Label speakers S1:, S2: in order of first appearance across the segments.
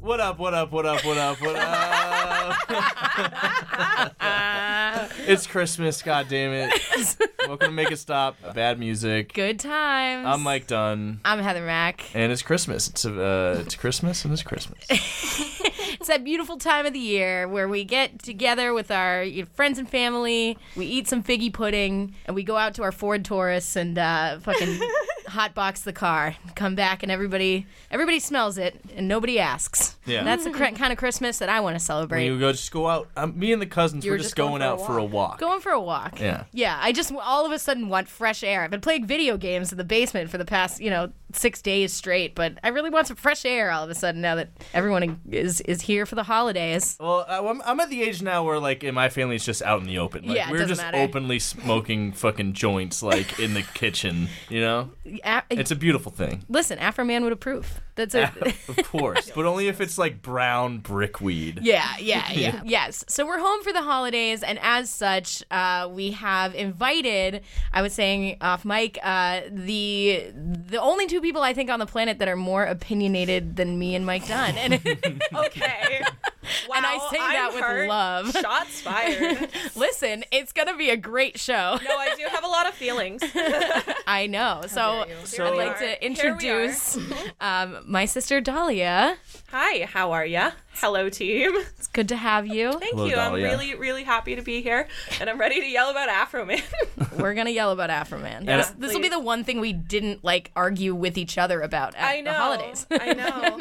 S1: What up, what up, what up, what up, what up? it's Christmas, god damn it. Welcome to Make It Stop, Bad Music.
S2: Good times.
S1: I'm Mike Dunn,
S2: I'm Heather Mack.
S1: and it's Christmas. It's, uh, it's Christmas and it's Christmas.
S2: It's that beautiful time of the year where we get together with our you know, friends and family. We eat some figgy pudding and we go out to our Ford Taurus and uh, fucking hotbox the car. Come back and everybody everybody smells it and nobody asks.
S1: Yeah.
S2: That's the cr- kind of Christmas that I want to celebrate.
S1: We go just go out. Um, me and the cousins
S3: You
S1: were
S3: were
S1: just
S3: just going
S1: going
S3: for
S1: out for
S3: a
S1: a walk.
S2: Going for a walk.
S1: Yeah.
S2: Yeah. I just all of a sudden want fresh air. I've been playing video games in the basement for the past, you know, six days straight, but I really want some fresh air all of a sudden now that everyone is is here for the holidays.
S1: Well, I- I'm, I'm at the age now where, like, in my family, it's just out in the open. Like,
S2: Yeah, it
S1: we're
S2: doesn't
S1: just
S2: matter.
S1: openly smoking fucking joints, like, in the kitchen, you know?
S2: A-
S1: It's a beautiful thing.
S2: listen, Afro Man would approve. That's a
S1: of course. But only if it's, like, brown brickweed.
S2: Yeah, yeah, yeah. yes. So we're home for the holidays, and as such, uh, we have invited. I was saying off mic, uh, the the only two people I think on the planet that are more opinionated than me and Mike Dunn, and
S3: Okay. Wow,
S2: And I say
S3: I'm
S2: that with
S3: hurt.
S2: love.
S3: Shots fired.
S2: Listen, it's gonna be a great show.
S3: no, I do have a lot of feelings.
S2: I know. So,
S1: So-
S2: I'd
S1: we
S2: like
S3: are.
S2: to
S3: Here we are.
S2: introduce um, my sister Dahlia.
S3: Hi, how are ya? Hello, team.
S2: It's good to have you.
S3: Thank
S1: Hello,
S3: you. I'm
S1: Dahlia.
S3: really, really happy to be here, and I'm ready to yell about Afro Man.
S2: We're gonna yell about Afro Man.
S1: Yeah,
S2: this this will be
S3: please.
S2: the one thing we didn't like argue with each other about at
S3: I know.
S2: the holidays.
S3: I know.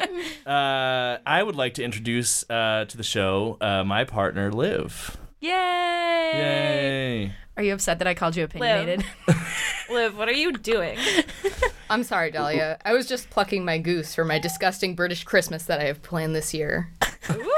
S1: Uh, I would like to introduce uh, to the show uh, my partner, Liv.
S2: Yay!
S1: Yay!
S2: Are you upset that I called you opinionated?
S3: Liv, what are you doing?
S4: I'm sorry, Dahlia. I was just plucking my goose for my disgusting British Christmas that I have planned this year.
S3: Ooh.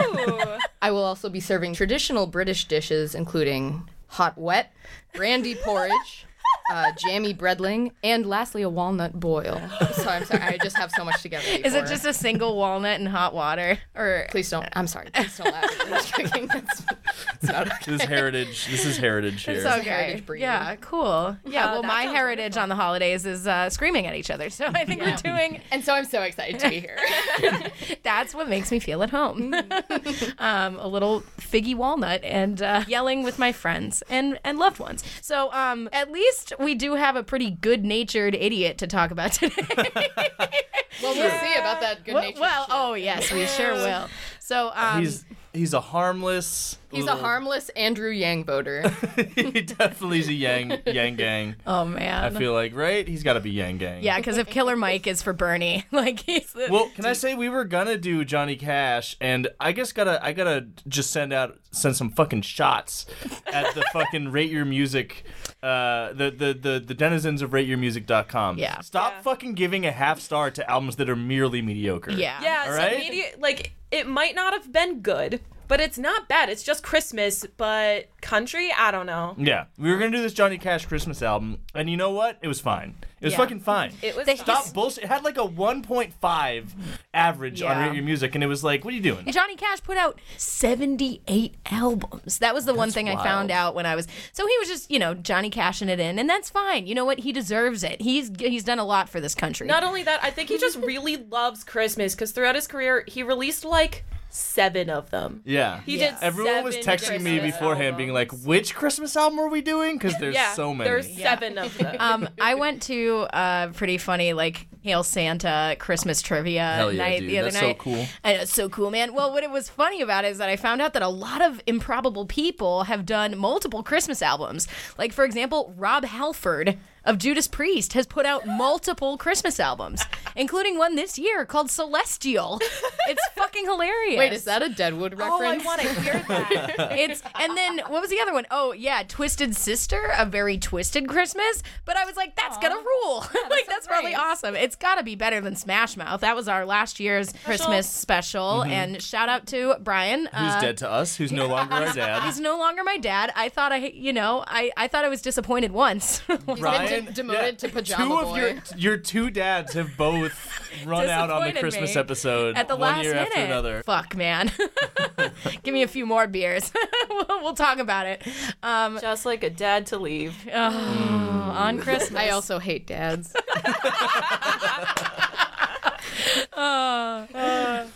S4: I will also be serving traditional British dishes, including hot wet, brandy porridge, uh, jammy breadling, and lastly, a walnut boil. So I'm sorry, I just have so much together.
S2: Is it just a single walnut and hot water? Or
S4: Please don't. I'm sorry. Please don't laugh. at me drinking. That's, that's not okay.
S1: This is heritage. This is heritage here.
S2: okay.
S4: heritage breed.
S2: Yeah, cool. Yeah, well,
S3: Oh, that
S2: my
S3: sounds
S2: heritage on the holidays is uh, screaming at each other. So I think we're doing
S4: And so I'm so excited to be here.
S2: that's what makes me feel at home. um, a little figgy walnut and uh, yelling with my friends and, and loved ones. So um, at least we do have a pretty good natured idiot to talk about today.
S4: Well, we'll see about that good
S2: well,
S4: nature.
S2: well, oh, yes, we sure will. So um,
S1: he's he's a harmless.
S4: He's a
S1: little-
S4: harmless Andrew Yang voter.
S1: he definitely is a yang yang gang.
S2: Oh man.
S1: I feel like right. He's got to be yang gang.
S2: yeah, because if Killer Mike is for Bernie, like he's the,
S1: Well, can I say we were gonna do Johnny Cash, and I guess gotta I gotta just send out send some fucking shots at the fucking rate your music, uh, the the the the denizens of rateyourmusic.com.
S2: Yeah.
S1: Stop fucking giving a half star to albums that are merely mediocre.
S2: yeah.
S3: Yeah,
S1: All
S3: so
S1: right.
S3: media, like it might not have been good, but it's not bad. It's just Christmas, but country, I don't know.
S1: Yeah. We were gonna do this Johnny Cash Christmas album, and you know what? It was fine. It was
S2: Yeah.
S1: fucking fine.
S3: It was
S2: They-
S3: fun.
S1: Stop bullshit. It had like a 1.5 average on
S2: Yeah.
S1: Rate Your Music, and it was like, what are you doing?
S2: And Johnny Cash put out 78 albums. That was the one thing I found out when I was So he was just, you know, Johnny cashing it in and that's fine. You know what? He deserves it. He's he's done a lot for this country.
S3: Not only that, I think he just really loves Christmas because throughout his career, he released like seven of them.
S1: Yeah.
S3: He did.
S1: Everyone was
S3: seven
S1: texting me
S3: Christmas
S1: beforehand, being like,
S3: albums.
S1: "Which Christmas album are we doing?" Because there's
S3: yeah,
S1: so many.
S3: There's seven of them.
S2: Um, I went to a pretty funny like Hail Santa Christmas trivia
S1: Hell yeah,
S2: night
S1: dude.
S2: the other
S1: That's so
S2: night.
S1: cool.
S2: I know, it's so cool, man. Well, what it was funny about it is that I found out that a lot of improbable people have done multiple Christmas albums. Like for example, Rob Halford of Judas Priest has put out multiple Christmas albums, including one this year called Celestial. It's fucking hilarious.
S4: Wait, is that a Deadwood
S3: oh, I
S4: reference?
S3: want to hear that.
S2: It's and then what was the other one? Oh yeah, Twisted Sister, a very twisted Christmas. But I was like, that's gonna rule. like that's probably awesome. It's gotta be better than Smash Mouth. That was our last year's Christmas special. And shout out to Brian.
S1: Mm-hmm. Who's
S2: uh,
S1: dead to us? Who's no longer our dad?
S2: He's no longer my dad. I thought I, you know, I, I thought I was disappointed once.
S1: Ryan
S4: de- demoted to pajama
S1: Two of
S4: boy.
S1: your your two dads have both run out on the
S2: Disappointed me
S1: Christmas episode
S2: at the
S1: one
S2: last
S1: year
S2: minute.
S1: after another.
S2: Fuck, man. Give me a few more beers. we'll, we'll talk about it um,
S3: Just like a dad to leave.
S1: Mm.
S2: on Christmas.
S4: I also hate dads.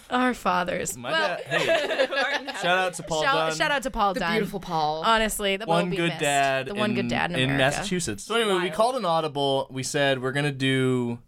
S2: our fathers.
S1: My
S2: well,
S1: dad. Hey, shout out to Paul
S2: shout,
S1: Dunn.
S2: shout out to Paul
S4: The
S2: Dunn.
S4: beautiful Paul.
S2: Honestly, the
S1: one good dad.
S2: the one
S1: in,
S2: good dad in, America.
S1: Massachusetts. So anyway, we called an audible. We said we're gonna do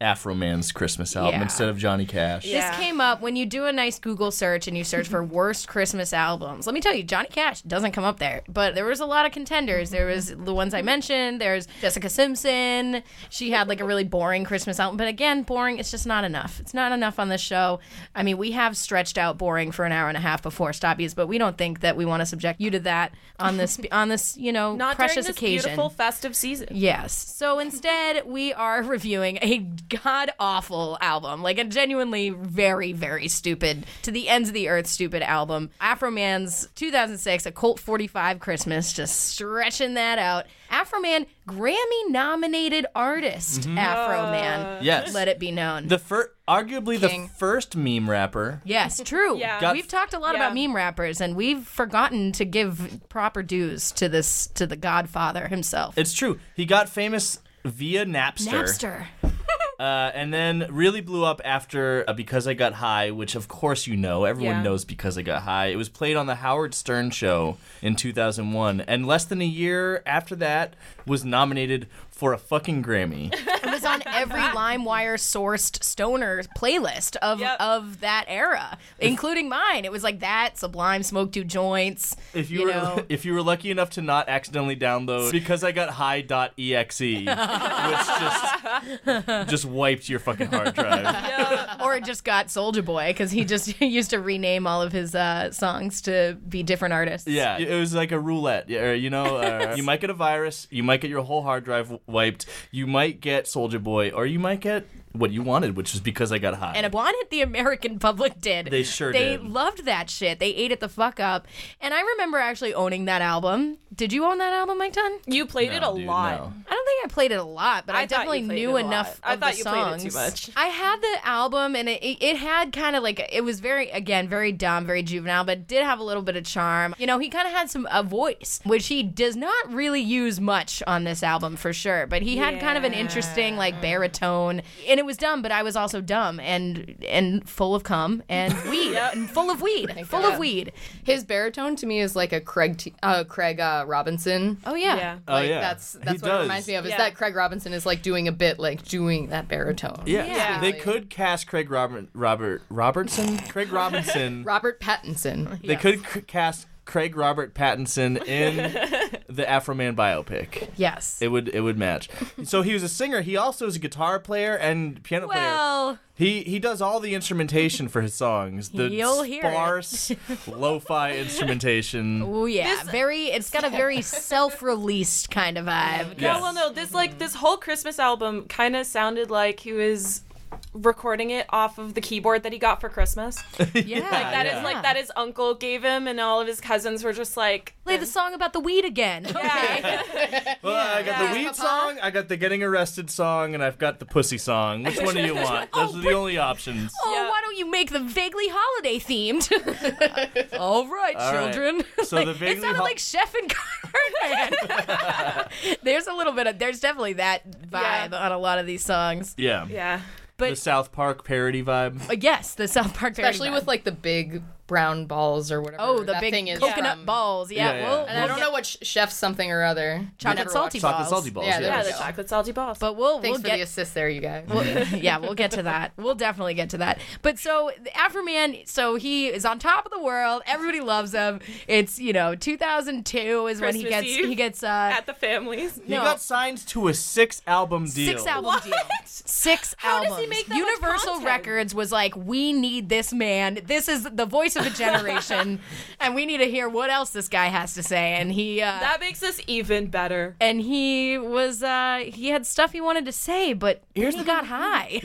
S1: Afro Man's Christmas album
S2: Yeah.
S1: instead of Johnny Cash.
S2: This came up when you do a nice Google search and you search for worst Christmas albums. Let me tell you, Johnny Cash doesn't come up there, but there was a lot of contenders. There was the ones I mentioned. There's Jessica Simpson. She had like a really boring Christmas album, but again, boring. It's just not enough. It's not enough on this show. I mean, we have stretched out boring for an hour and a half before stop use, but we don't think that we want to subject you to that on this on this you know
S3: Not
S2: precious
S3: during this
S2: occasion.
S3: beautiful festive season.
S2: Yes. So instead, we are reviewing a god awful album, like a genuinely very, very stupid, to the ends of the earth stupid album. Afro Man's 2006, A Colt 45 Christmas, just stretching that out. Afro Man, Grammy nominated artist, Afro Man.
S1: Yes.
S2: Let it be known.
S1: The first, arguably
S4: King.
S1: the first meme rapper.
S2: Yes, true.
S3: Yeah.
S1: Got-
S2: We've talked a lot
S3: Yeah.
S2: about meme rappers and we've forgotten to give proper dues to this to the godfather himself.
S1: It's true. He got famous via Napster.
S2: Napster.
S1: Uh, and then really blew up after uh, Because I Got High, which of course you know. Everyone
S3: Yeah.
S1: knows Because I Got High. It was played on the Howard Stern show in 2001. And less than a year after that, was nominated for a fucking Grammy.
S2: It was on every LimeWire sourced stoner playlist of
S3: Yep.
S2: of that era, including mine. It was like that Sublime, Smoke Two Joints.
S1: If you,
S2: You
S1: were
S2: know.
S1: if you were lucky enough to not accidentally download Because I Got E High.exe, which just just wiped your fucking hard drive.
S2: or it just got Soldier Boy because he just used to rename all of his uh, songs to be different artists.
S1: Yeah, it was like a roulette. Yeah, or, you know, uh, you might get a virus, you might get your whole hard drive w- wiped, you might get Soldier Boy, or you might get what you wanted, which was because I got high.
S2: And wanted the American public did.
S1: They sure
S2: They
S1: did.
S2: loved that shit. They ate it the fuck up. And I remember actually owning that album. Did you own that album, Mike Dunn?
S3: You played it a
S1: dude,
S3: lot.
S1: no.
S2: I don't think I played it a lot, but I,
S3: I thought you
S2: definitely
S3: played
S2: knew
S3: it a lot.
S2: enough.
S3: I
S2: of
S3: thought
S2: the
S3: you played it too
S2: songs.
S3: much.
S2: I had the album, and it, it had kind of like it was very again very dumb, very juvenile, but did have a little bit of charm. You know, he kind of had some a voice, which he does not really use much on this album for sure. But he had kind of an interesting like baritone, and it was dumb, but I was also dumb and and full of cum and weed, and full of weed, full of
S4: God.
S2: weed.
S4: His baritone to me is like a Craig T- uh, Craig uh, Robinson.
S2: Oh yeah.
S3: Yeah.
S1: Oh,
S4: Like
S1: yeah.
S4: that's
S1: He
S4: that's what
S1: does.
S4: it reminds me of. Is
S3: Yeah.
S4: that Craig Robinson is like doing a bit like doing that baritone.
S1: yeah.
S3: Yeah.
S1: they could cast Craig Robert Robert Robertson, Craig Robinson.
S4: Robert Pattinson.
S1: They could c- cast Craig Robert Pattinson in the Afro Man biopic.
S2: Yes.
S1: It would it would match. So he was a singer. He also is a guitar player and piano player.
S2: well.
S1: He he does all the instrumentation for his songs. The
S2: You'll hear it.
S1: sparse lo-fi instrumentation.
S2: Oh yeah, very. It's got a very self-released kind of vibe.
S1: Yeah.
S3: Yeah, well, no, this like this whole Christmas album kind of sounded like he was recording it off of the keyboard that he got for Christmas. That
S2: Yeah, like
S3: is like that his uncle gave him, and all of his cousins were just like, "Ah."
S2: Play the song about the weed again.
S3: yeah,
S1: Well, I got the weed song, I got the getting arrested song, and I've got the pussy song. Which one do you want? Those are the only options.
S2: Oh,
S3: Yeah.
S2: why don't you make them vaguely holiday themed? All right,
S1: All right.
S2: children.
S1: So the
S2: Like,
S1: vaguely
S2: it sounded
S1: hol-
S2: like Chef and Cartman. there's a little bit of there's definitely that vibe
S3: Yeah.
S2: on a lot of these songs.
S1: Yeah.
S3: yeah.
S2: But
S1: the South Park parody vibe.
S2: uh, yes, the South Park parody
S4: Especially
S2: vibe.
S4: with like the big brown balls or whatever.
S2: oh the
S4: that
S2: big
S4: thing is
S2: coconut
S4: from.
S2: balls. Yeah,
S1: Yeah, yeah.
S2: We'll,
S4: And I
S2: we'll
S4: don't
S2: get-
S4: know what sh- chef something or other.
S2: chocolate salty balls.
S1: Chocolate salty balls.
S4: Yeah, there
S3: Yeah,
S4: we
S3: the
S4: go.
S3: chocolate salty balls.
S2: But we'll
S4: Thanks
S2: we'll
S4: for
S2: get
S4: the assist there, you guys.
S2: Well, yeah, we'll get to that. We'll definitely get to that. But so the Afro Man, so he is on top of the world. Everybody loves him. It's you know 2002 is when he
S3: Christmas
S2: gets
S3: Eve.
S2: he gets uh,
S3: at the families.
S1: He got signed to a six album deal.
S2: six album deal. Six
S3: How does
S2: albums.
S3: he make that much
S2: Universal
S3: content?
S2: Records was like, we need this man. This is the voice of a generation, and we need to hear what else this guy has to say. And he. Uh,
S3: That makes us even better.
S2: and he was uh he had stuff he wanted to say but
S1: Here's
S2: he
S1: the-
S2: got high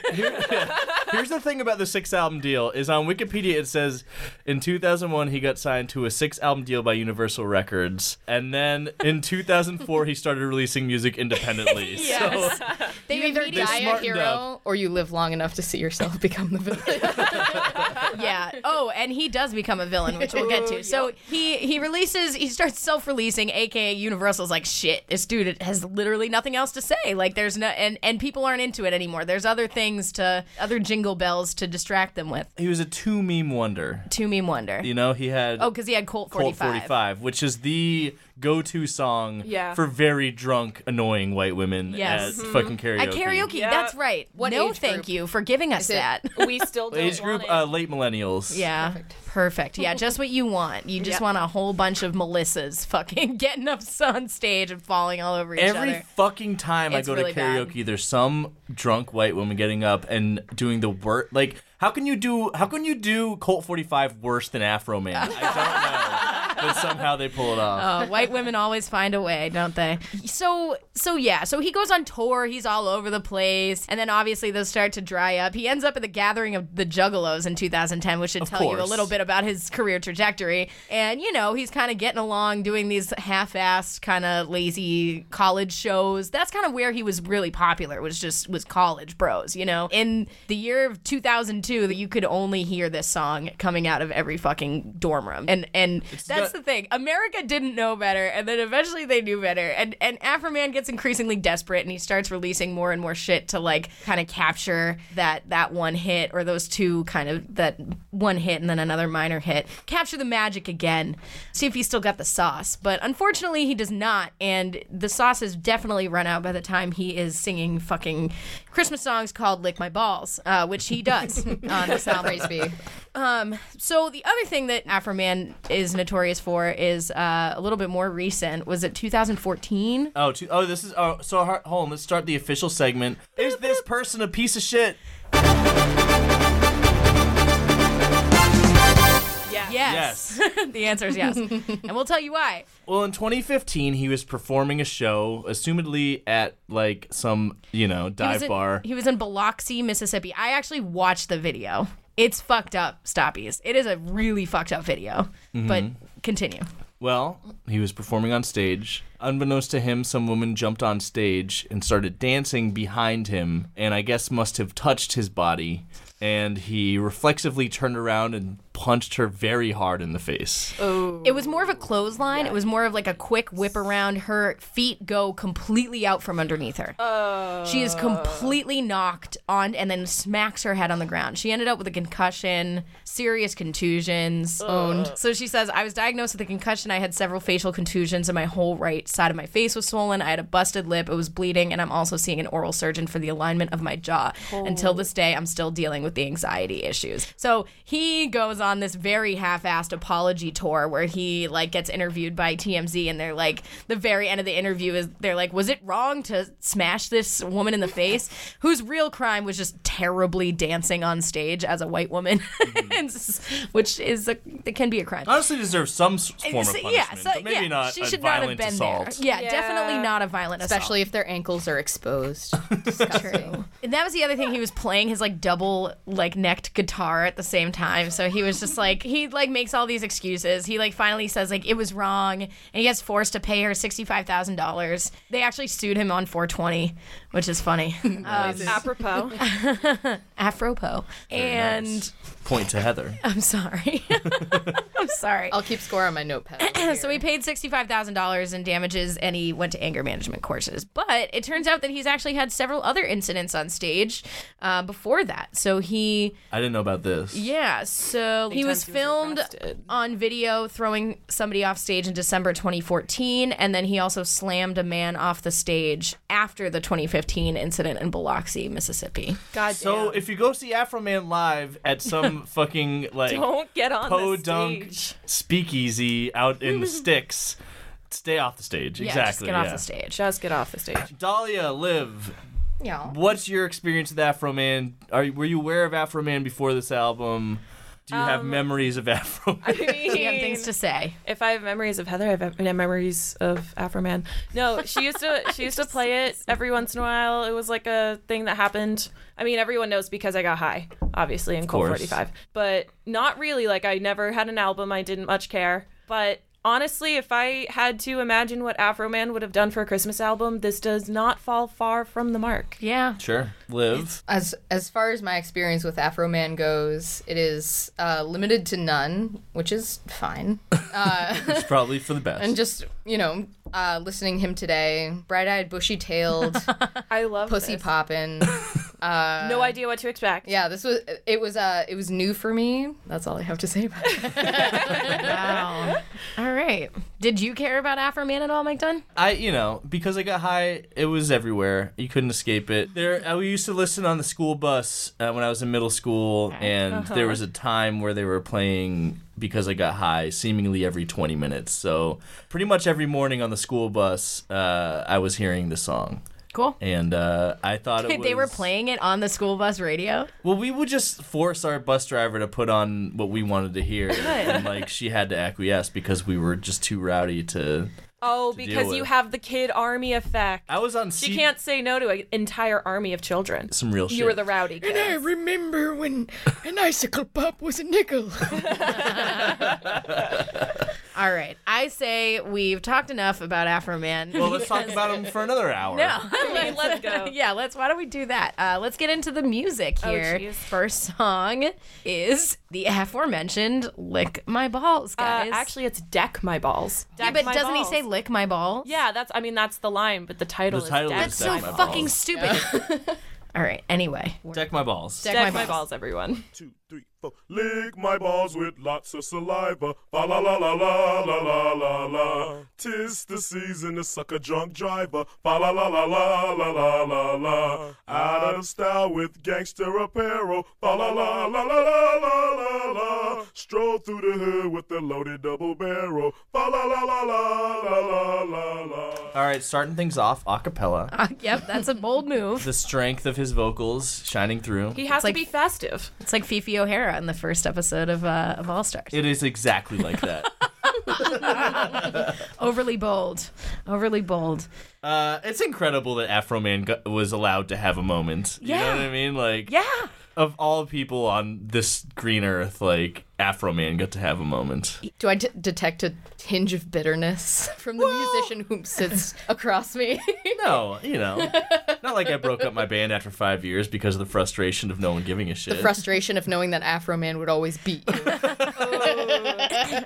S1: Here's the thing about the six album deal is on Wikipedia it says in 2001 he got signed to a six album deal by Universal Records and then in 2004 he started releasing music independently.
S2: Yes.
S1: So
S2: they
S4: you either
S2: immediately-
S4: die a
S1: smartened
S4: hero
S1: up.
S4: or you live long enough to see yourself become the villain.
S2: yeah. Oh, and he does become a villain, which we'll get to. So he he releases, he starts self-releasing, aka Universal's like, shit, this dude has literally nothing else to say. Like there's no and and people aren't into it anymore. There's other things to other jingle bells to distract them with.
S1: he was a two meme wonder.
S2: To meme wonder.
S1: You know, he had
S2: Oh, because he had Colt 45.
S1: Colt 45, which is the go to song
S3: Yeah.
S1: for very drunk, annoying white women
S2: Yes. Mm-hmm.
S1: at fucking karaoke.
S2: At karaoke,
S3: Yeah.
S2: that's right.
S4: What
S2: no,
S4: age
S2: thank
S4: group?
S2: you for giving us
S4: it-
S2: that.
S3: We still don't
S1: Age group,
S3: want it.
S1: uh, late millennials.
S2: Yeah. Perfect. Yeah, just what you want. You just want a whole bunch of Melissas fucking getting up on stage and falling all over each
S1: Every
S2: other.
S1: fucking time
S2: It's
S1: I go
S2: really
S1: to
S2: bad.
S1: karaoke, there's some drunk white woman getting up and doing the worst. Like, how can you do? How can you do Colt 45 worse than Afro Man? I don't know, but somehow they pull it off.
S2: Uh, white women always find a way, don't they? So, so yeah. So he goes on tour. He's all over the place, and then obviously those start to dry up. He ends up at the Gathering of the Juggalos in 2010, which should tell you a
S1: course.
S2: little bit about his career trajectory. And you know, he's kind of getting along, doing these half-assed, kind of lazy college shows. That's kind of where he was really popular. Was just was college bros, you know. In the year of 2002, that you could only hear this song coming out of every fucking dorm room, and and that's
S1: got-
S2: the thing. America didn't know better, and then eventually they knew better. And and Afro Man gets increasingly desperate, and he starts releasing more and more shit to like kind of capture that that one hit or those two kind of that one hit and then another minor hit, capture the magic again, see if he's still got the sauce. But unfortunately, he does not, and the sauce has definitely run out by the time he is singing fucking Christmas songs called "Lick My Balls," uh, which he does on this album.
S4: Praise be.
S2: So the other thing that Afro Man is notorious for is uh, a little bit more recent. Was it 2014?
S1: Oh, two, oh, this is oh. So har- hold on, let's start the official segment. Is this person a piece of shit?
S3: yeah.
S2: Yes. the answer is yes, and we'll tell you why.
S1: Well, in 2015, he was performing a show, assumedly at like some you know
S2: He
S1: dive
S2: was in-
S1: bar.
S2: He was in Biloxi, Mississippi. I actually watched the video. It's fucked up, stoppies. It is a really fucked up video. But
S1: Mm-hmm.
S2: continue.
S1: Well, he was performing on stage. Unbeknownst to him, some woman jumped on stage and started dancing behind him, and I guess must have touched his body. And he reflexively turned around and punched her very hard in the face.
S2: It was more of a clothesline. It was more of like a quick whip around. Her feet go completely out from underneath her. She is completely knocked on and then smacks her head on the ground. She ended up with a concussion, serious contusions. Owned. So she says, I was diagnosed with a concussion. I had several facial contusions, and my whole right side of my face was swollen. I had a busted lip. It was bleeding. And I'm also seeing an oral surgeon for the alignment of my jaw. Until this day, I'm still dealing with the anxiety issues. So he goes on this very half assed apology tour where he like gets interviewed by TMZ, and they're like, the very end of the interview is they're like, was it wrong to smash this woman in the face whose real crime was just terribly dancing on stage as a white woman, And s- which is a it can be a crime.
S1: Honestly, deserves some s- form of punishment, but maybe
S2: yeah,
S1: not
S2: she
S1: a
S2: should not have
S1: violent
S2: been
S1: assault.
S2: there. Yeah,
S3: Yeah.
S2: definitely not a violent assault.
S4: Especially if their ankles are exposed. Disgusting.
S2: And that was the other thing. He was playing his like double like necked guitar at the same time. So he was just like he like makes all these excuses. He like finally says like it was wrong, and he gets forced to pay her sixty five thousand dollars. They actually sued him on four twenty, which is funny. Um,
S3: Apropos.
S2: Afropo. And
S1: Point to Heather.
S2: I'm sorry. I'm I'm sorry.
S4: I'll keep score on my notepad. over
S2: so
S4: here.
S2: he paid $65,000 in damages and he went to anger management courses. But it turns out that he's actually had several other incidents on stage uh, before that. So he,
S1: I didn't know about this.
S2: yeah, so he was
S3: times he was
S2: filmed
S3: arrested.
S2: on video throwing somebody off stage in December 2014. And then he also slammed a man off the stage after the 2015 incident in Biloxi, Mississippi.
S3: God
S1: So if you go see Afro Man live at some fucking like
S3: Don't get on the
S1: podunk
S3: stage.
S1: speakeasy out in the sticks, stay off the stage.
S2: Yeah, just
S1: exactly.
S2: get
S1: yeah.
S2: off the stage.
S3: just get off the stage.
S1: Dahlia, live.
S4: Yeah.
S1: What's your experience with Afro Man? Are you- were you aware of Afro Man before this album? Do you
S2: Um,
S1: have memories of Afro Man?
S3: I mean,
S2: You have things to say.
S3: if I have memories of Heather, I have em- memories of Afro Man. No, she used to she used to play it every once in a while. It was like a thing that happened. I mean, everyone knows because I got high, obviously, in Cold
S1: course.
S3: 45. But not really. Like I never had an album. I didn't much care. But honestly, if I had to imagine what Afro Man would have done for a Christmas album, this does not fall far from the mark.
S2: Yeah.
S1: Sure. Live.
S4: As as far as my experience with Afro Man goes, it is uh, limited to none, which is fine.
S1: It's probably for the best.
S4: And just you know, uh, listening him today, bright eyed, bushy tailed,
S3: I love
S4: pussy
S3: this.
S4: poppin'.
S3: No idea what to expect.
S4: Yeah, this was it was uh it was new for me. That's all I have to say about it.
S2: Wow. all right. Did you care about Afro Man at all, Mike Dunn?
S1: I, you know, because I got high, it was everywhere. You couldn't escape it. There, I used to listen on the school bus uh, when I was in middle school, and
S3: Uh-huh.
S1: there was a time where they were playing because I got high, seemingly every 20 minutes. So pretty much every morning on the school bus, uh, I was hearing the song,
S2: Cool.
S1: and uh, I thought it
S2: they were
S1: was-
S2: playing it on the school bus radio.
S1: Well, we would just force our bus driver to put on what we wanted to hear, and like she had to acquiesce because we were just too rowdy to.
S3: Oh,
S1: deal
S3: because you
S1: with.
S3: have the kid army effect.
S1: I was on.
S3: She
S1: seat-
S3: can't say no to an entire army of children.
S1: Some real shit.
S3: You were the rowdy kid.
S4: remember when an icicle pop was a nickel.
S2: All right. I say we've talked enough about Afro Man.
S1: Well, let's talk about him for another hour.
S2: no.
S3: let's go.
S2: yeah, let's. Why don't we do that? Uh, let's get into the music here.
S3: Oh, jeez.
S2: First song is the aforementioned "Lick My Balls,"
S3: Uh,
S2: guys.
S3: actually, it's deck my balls.
S2: yeah,
S3: Deck
S2: but
S3: my
S2: doesn't
S3: balls.
S2: he say "Lick My Balls"?
S3: Yeah, that's. I mean, that's the line, but the title.
S1: The title
S3: is deck
S1: is
S2: so
S1: Deck My
S2: fucking
S1: Balls.
S2: stupid. All right. Anyway,
S1: Deck my balls.
S3: Deck my, balls. everyone.
S5: two, three, four. Lick my balls with lots of saliva. Fa la la la la la la la la. Tis the season to suck a drunk driver. Fa la la la la la la la la. Out of style with gangster apparel. Fa la la la la la la la la. Stroll through the hood with the loaded double barrel. Fa la la la la la la la la.
S1: All right, starting things off a cappella.
S2: Uh, yep, that's a bold move.
S1: the strength of his vocals shining through.
S3: He has
S2: like-
S3: to be festive.
S2: It's like Fifi O'Hara in the first episode of uh, of All Stars.
S1: It is exactly like that.
S2: Overly bold. Overly bold.
S1: uh, it's incredible that Afro Man got, was allowed to have a moment. You
S2: Yeah.
S1: know what I mean? Like,
S2: Yeah.
S1: of all people on this green earth, like Afro Man got to have a moment.
S4: Do I d- detect a tinge of bitterness from the musician who sits across me?
S1: No, you know, not like I broke up my band after five years because of the frustration of no one giving a shit.
S4: Frustration of knowing that Afro Man would always beat you.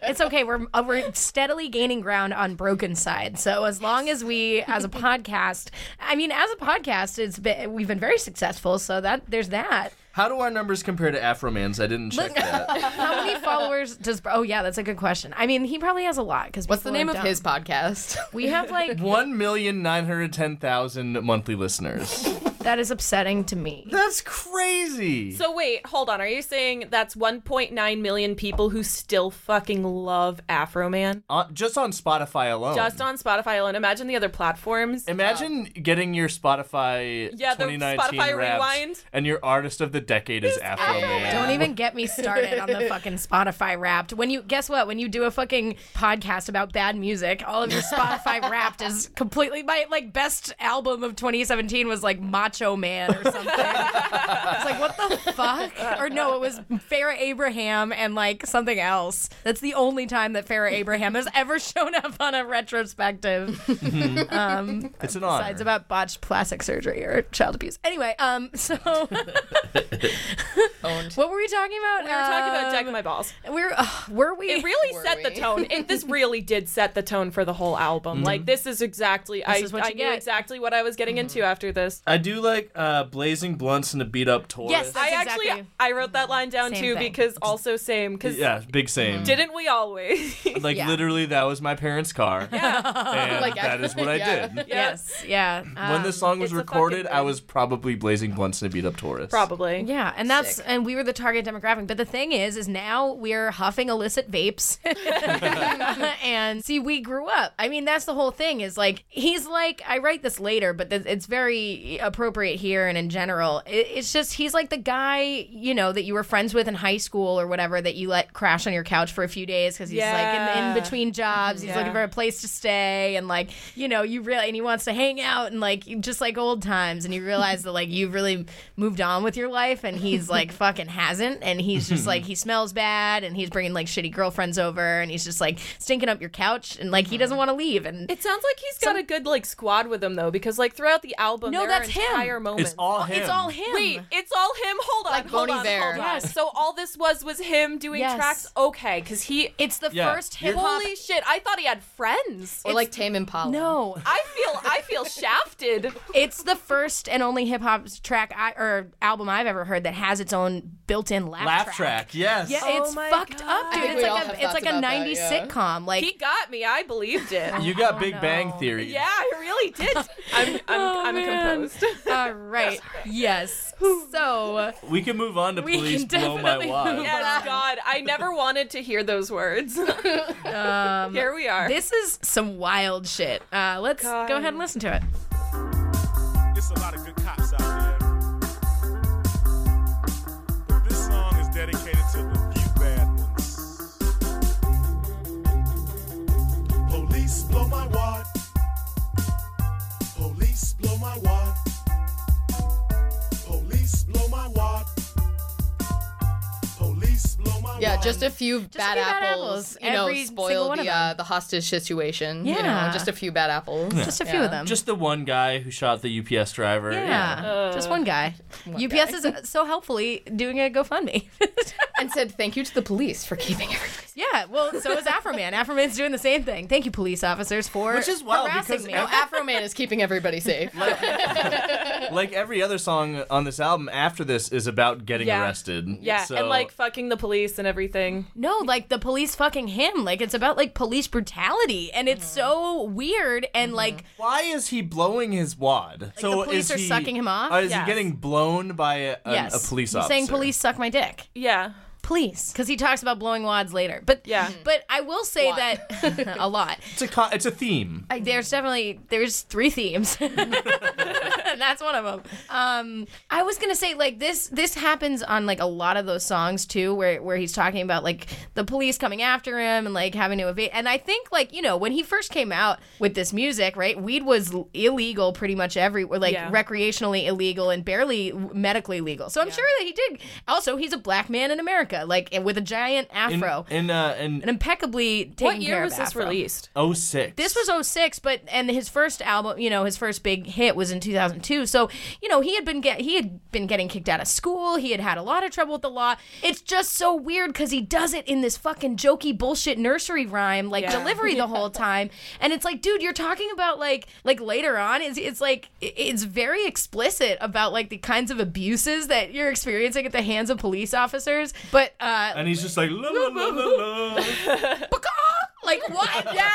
S2: It's okay. We're uh, we're steadily gaining ground on broken side. So as long as we, as a podcast, I mean, as a podcast, it's been we've been very successful. So that there's that.
S1: How do our numbers compare to Afro Man's? I didn't check that.
S2: How many followers does? Oh yeah, that's a good question. I mean, he probably has a lot because
S4: What's the name of his podcast?
S2: We have like
S1: One million nine hundred ten thousand monthly listeners.
S2: that is upsetting to me.
S1: That's crazy.
S3: So wait, hold on. Are you saying that's 1.9 million people who still fucking love Afro Man?
S1: Uh, just on Spotify alone.
S3: Just on Spotify alone. Imagine the other platforms.
S1: Imagine getting your Spotify
S3: Yeah, the
S1: 2019
S3: Spotify
S1: raps
S3: Rewind.
S1: and your artist of the decade is Afro Man.
S2: Don't even get me started on the fucking Spotify Wrapped. When you guess what? When you do a fucking podcast about bad music, all of your Spotify Wrapped is completely my like best album of 2017 was like Macho Man or something. it's like what the fuck? Or no, it was Farrah Abraham and like something else. That's the only time that Farrah Abraham has ever shown up on a retrospective.
S1: It's an honor.
S2: It's about botched plastic surgery or child abuse. Anyway, um, so
S4: Owned.
S2: what were we talking about? Um,
S3: We were talking about back of my balls.
S2: We're uh, were we?
S3: It really
S4: Were
S3: set the
S4: we?
S3: tone. It, this really did set the tone for the whole album. Like this is exactly I,
S2: is what
S3: I
S2: you
S3: knew
S2: get.
S3: exactly what I was getting into after this.
S1: I do like uh, blazing blunts and a beat up Taurus.
S2: Yes, that-
S3: I
S2: That's
S3: actually
S2: exactly-
S3: I wrote that line down
S2: Same
S3: too
S2: thing.
S3: because also same because
S1: yeah, big same.
S3: didn't we always?
S1: like
S2: Yeah.
S1: literally, that was my parents' car, and
S4: Like,
S1: that is what I
S4: yeah.
S1: did.
S2: yes, yeah.
S1: when
S2: Um,
S1: this song was
S3: it's a fucking
S1: recorded, I
S3: thing.
S1: was probably blazing blunts and a beat up Taurus.
S3: Probably.
S2: Yeah, and that's and we were the target demographic. But the thing is, is now we're huffing illicit vapes, and see, we grew up. I mean, that's the whole thing. Is like he's like I write this later, but th- it's very appropriate here and in general. It, it's just he's like the guy you know that you were friends with in high school or whatever that you let crash on your couch for a few days because he's like in,
S3: Yeah.
S2: in between jobs, he's
S3: Yeah.
S2: looking for a place to stay, and like you know you really and he wants to hang out and like just like old times, and you realize that like you've really moved on with your life, and he's like fucking hasn't, and he's just like he smells bad, and he's bringing like shitty girlfriends over, and he's just like stinking up your couch, and
S4: Mm-hmm.
S2: like he doesn't want to leave, and
S3: It sounds like he's got a good like squad with him though because like throughout the album
S2: No,
S3: there
S2: that's
S3: are
S2: him.
S3: entire moments.
S1: It's all him.
S2: it's all him.
S3: Wait, it's all him. Hold on,
S4: Like
S3: hold
S4: Bon
S3: on,
S4: Iver.
S3: hold on.
S2: Yes.
S3: So all this was was him doing
S2: Yes.
S3: tracks. Okay, because he.
S2: it's the
S1: Yeah.
S2: first
S1: You're-
S2: hip hop.
S3: Holy shit! I thought he had friends.
S4: Or like Tame Impala.
S2: No,
S3: I feel I feel shafted.
S2: it's the first and only hip hop track I, or album I've ever heard that has its own built-in laugh,
S1: laugh track. Yes.
S2: Yeah,
S3: Oh
S2: it's
S3: my
S2: fucked
S3: God.
S2: up,
S3: I
S2: dude.
S4: think
S2: It's
S4: we all
S2: like
S4: have
S2: a it's like
S4: thoughts
S2: a
S4: about that,
S2: '90s
S4: yeah.
S2: sitcom. Like
S3: He got me. I believed it.
S1: You got Big Bang Theory.
S3: Yeah, I really did. I'm I'm,
S2: Oh,
S3: I'm composed.
S2: All right. Yes. So
S1: We can move on to
S2: We
S1: Please
S2: can
S1: Blow My
S2: definitely
S1: Wad.
S2: move
S3: Yes, God, I never wanted to hear those words. Here we are.
S2: Um, this is some wild shit. Uh, let's go ahead and listen to it.
S5: It's a lot of good cops out there. But this song is dedicated to the few bad ones. Police blow my wad. Police blow my wad. Police blow my wad. Police blow my wad.
S4: Yeah, just a few bad,
S2: few bad
S4: apples,
S2: apples.
S4: you know,
S2: Every single
S4: spoiled
S2: one of
S4: the uh, the hostage situation. you know,
S2: Yeah.
S4: just a few bad apples.
S2: Just a few of them.
S1: Just the one guy who shot the UPS driver.
S2: yeah. just one guy. UPS is so helpfully doing a GoFundMe.
S4: and said thank you to the police for keeping everything.
S2: yeah. Well, so is Afro Man. Afro Man's doing the same thing. Thank you, police officers, for
S1: Which is wild
S2: harassing
S1: because
S2: me.
S4: No, Afro Man is keeping everybody safe.
S1: Like every other song on this album after this is about getting
S3: Yeah.
S1: arrested.
S3: yeah,
S1: So
S3: and like fucking the police and everything.
S2: No, like the police fucking him. Like it's about like police brutality, and it's so weird
S1: Mm-hmm.
S2: and like
S1: why is he blowing his wad? so
S2: the police
S1: is
S2: are
S1: he,
S2: sucking him off?
S1: uh, is he
S3: Yes.
S1: getting blown by a, a,
S2: yes,
S1: a police
S2: He's
S1: officer?
S2: saying police suck my dick.
S3: Yeah.
S2: please because he talks about blowing wads later but
S3: Yeah.
S2: but i will say
S4: Lot.
S2: that a lot
S1: It's a co- it's a theme.
S2: I, there's definitely there's three themes and that's one of them um i was gonna say like this this happens on like a lot of those songs too where where he's talking about like the police coming after him and like having to evade and i think like you know when he first came out with this music right weed was l- illegal pretty much everywhere like
S3: Yeah.
S2: recreationally illegal and barely w- medically legal so i'm sure that he did also he's a black man in america like and with a giant
S1: In
S2: afro
S1: in uh, in
S2: an impeccably taken
S3: What year
S2: care
S3: was
S2: of
S3: this
S2: afro.
S3: released?
S1: oh six.
S2: This was 06, but and his first album, you know, his first big hit was in 2002. So, you know, he had been get he had been getting kicked out of school. He had had a lot of trouble with the law. It's just so weird cuz he does it in this fucking jokey bullshit nursery rhyme like
S3: Yeah.
S2: delivery the whole time. And it's like, dude, you're talking about like like later on it's it's like i- it's very explicit about like the kinds of abuses that you're experiencing at the hands of police officers, but uh
S1: and he's just like la la la la la.
S2: like what? Yeah.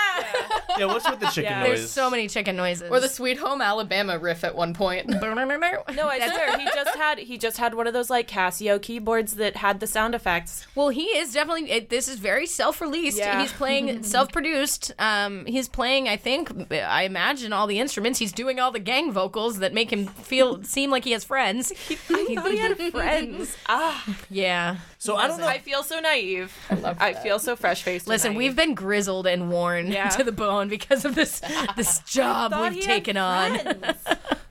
S1: yeah, what's with the chicken
S3: Yeah.
S1: noise?
S2: There's so many chicken noises.
S4: Or the Sweet Home Alabama riff at one point.
S3: No, I swear he just had he just had one of those like Casio keyboards that had the sound effects.
S2: Well, he is definitely. It, this is very self-released.
S3: Yeah.
S2: He's playing self-produced. Um, he's playing. I think. I imagine all the instruments. He's doing all the gang vocals that make him feel seem like he has friends.
S3: I thought he had friends. Ah,
S2: Yeah.
S1: so I don't know.
S3: I feel so naive. I love. I feel so fresh faced.
S2: Listen, we've been grizzled and worn
S3: Yeah.
S2: to the bone because of this this job we've taken on.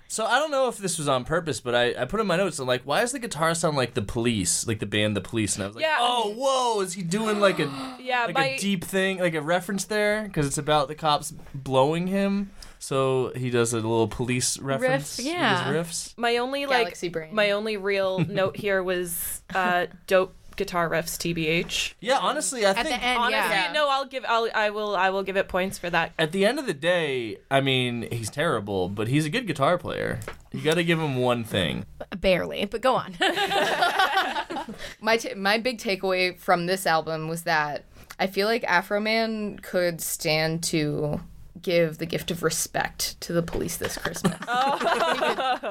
S1: So I don't know if this was on purpose, but I, I put in my notes and like, why does the guitar sound like the police, like the band The Police? And I was like,
S3: Yeah.
S1: oh, whoa, is he doing like a
S3: Yeah,
S1: like
S3: my-
S1: a deep thing, like a reference there? Because it's about the cops blowing him, so he does a little police reference. with his
S2: yeah.
S1: riffs.
S3: my only like
S4: Galaxy brain.
S3: my only real note here was uh dope guitar riffs, tbh.
S1: Yeah, honestly, I
S2: At
S1: think
S2: the end,
S3: Honestly,
S2: yeah.
S3: no, I'll give, I'll, I will, I will give it points for that.
S1: at the end of the day, I mean, he's terrible, but he's a good guitar player. You got to give him one thing.
S2: Barely, but go on.
S4: my t- my big takeaway from this album was that I feel like Afro Man could stand to give the gift of respect to the police this Christmas.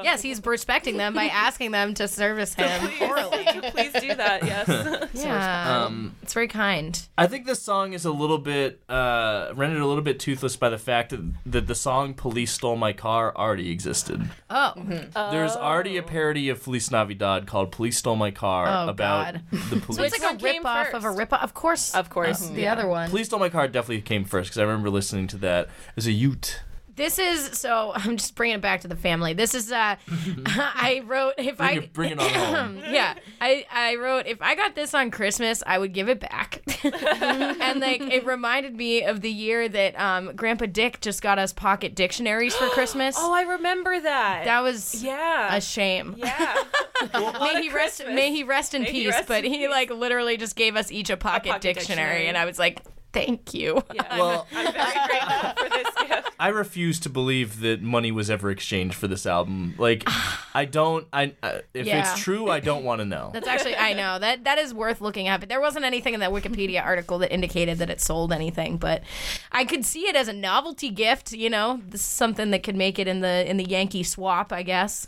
S2: yes, he's respecting them by asking them to service him orally.
S3: Please do that. Yes.
S2: Yeah, it's very kind.
S1: I think this song is a little bit uh, rendered a little bit toothless by the fact that, that the song "Police Stole My Car" already existed.
S2: Oh,
S3: Mm-hmm.
S1: There's already a parody of Feliz Navidad called "Police Stole My Car"
S2: Oh,
S1: about
S2: God.
S1: the police.
S2: it's like a
S3: one came
S2: ripoff of a
S3: first?
S2: ripoff. Of course,
S3: of course.
S2: the other one.
S1: "Police Stole My Car" definitely came first because I remember listening to that as a Ute.
S2: This is so. I'm just bringing it back to the family. This is. uh I wrote if
S1: Bring
S2: I
S1: it, bring it on home.
S2: yeah, I, I wrote if I got this on Christmas, I would give it back. and like it reminded me of the year that um, Grandpa Dick just got us pocket dictionaries for Christmas.
S3: Oh, I remember that.
S2: that was
S3: yeah.
S2: a shame.
S3: yeah.
S2: May he rest. May he rest in
S3: May he
S2: peace.
S3: rest
S2: but
S3: in
S2: he
S3: peace.
S2: like literally just gave us each a pocket,
S3: pocket
S2: dictionary,
S3: dictionary.
S2: and I was like, thank you.
S1: Well,
S3: I'm very grateful for this gift.
S1: I refuse to believe that money was ever exchanged for this album. Like, I don't. I uh, if
S2: Yeah.
S1: it's true, I don't want to know.
S2: That's actually I know that that is worth looking up. There wasn't anything in that Wikipedia article that indicated that it sold anything, but I could see it as a novelty gift. You know, this is something that could make it in the in the Yankee swap, I guess.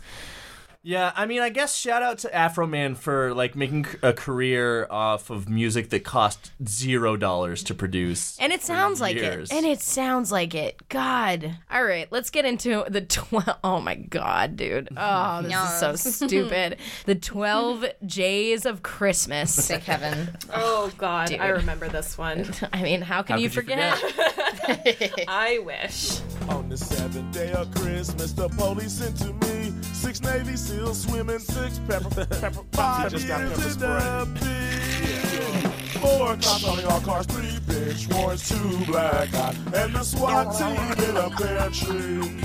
S1: Yeah, I mean, I guess shout out to Afro Man for like making c- a career off of music that cost zero dollars to produce.
S2: And it sounds like
S1: years.
S2: it. And it sounds like it. God. All right, let's get into the twelve. Oh my God, dude. Oh, this is so stupid. The twelve J's of Christmas.
S4: Thank heaven.
S3: Oh God, I remember this one.
S2: I mean, how can
S1: How
S2: you
S1: could you
S2: forget?
S3: I wish.
S5: On the seventh day of Christmas, the police sent to me six Navy SEALs swimming, six pepper, pepper, five years in the beach. Four cops calling all cars, three bitch warrants, two black eyes, and the SWAT team in a pear tree.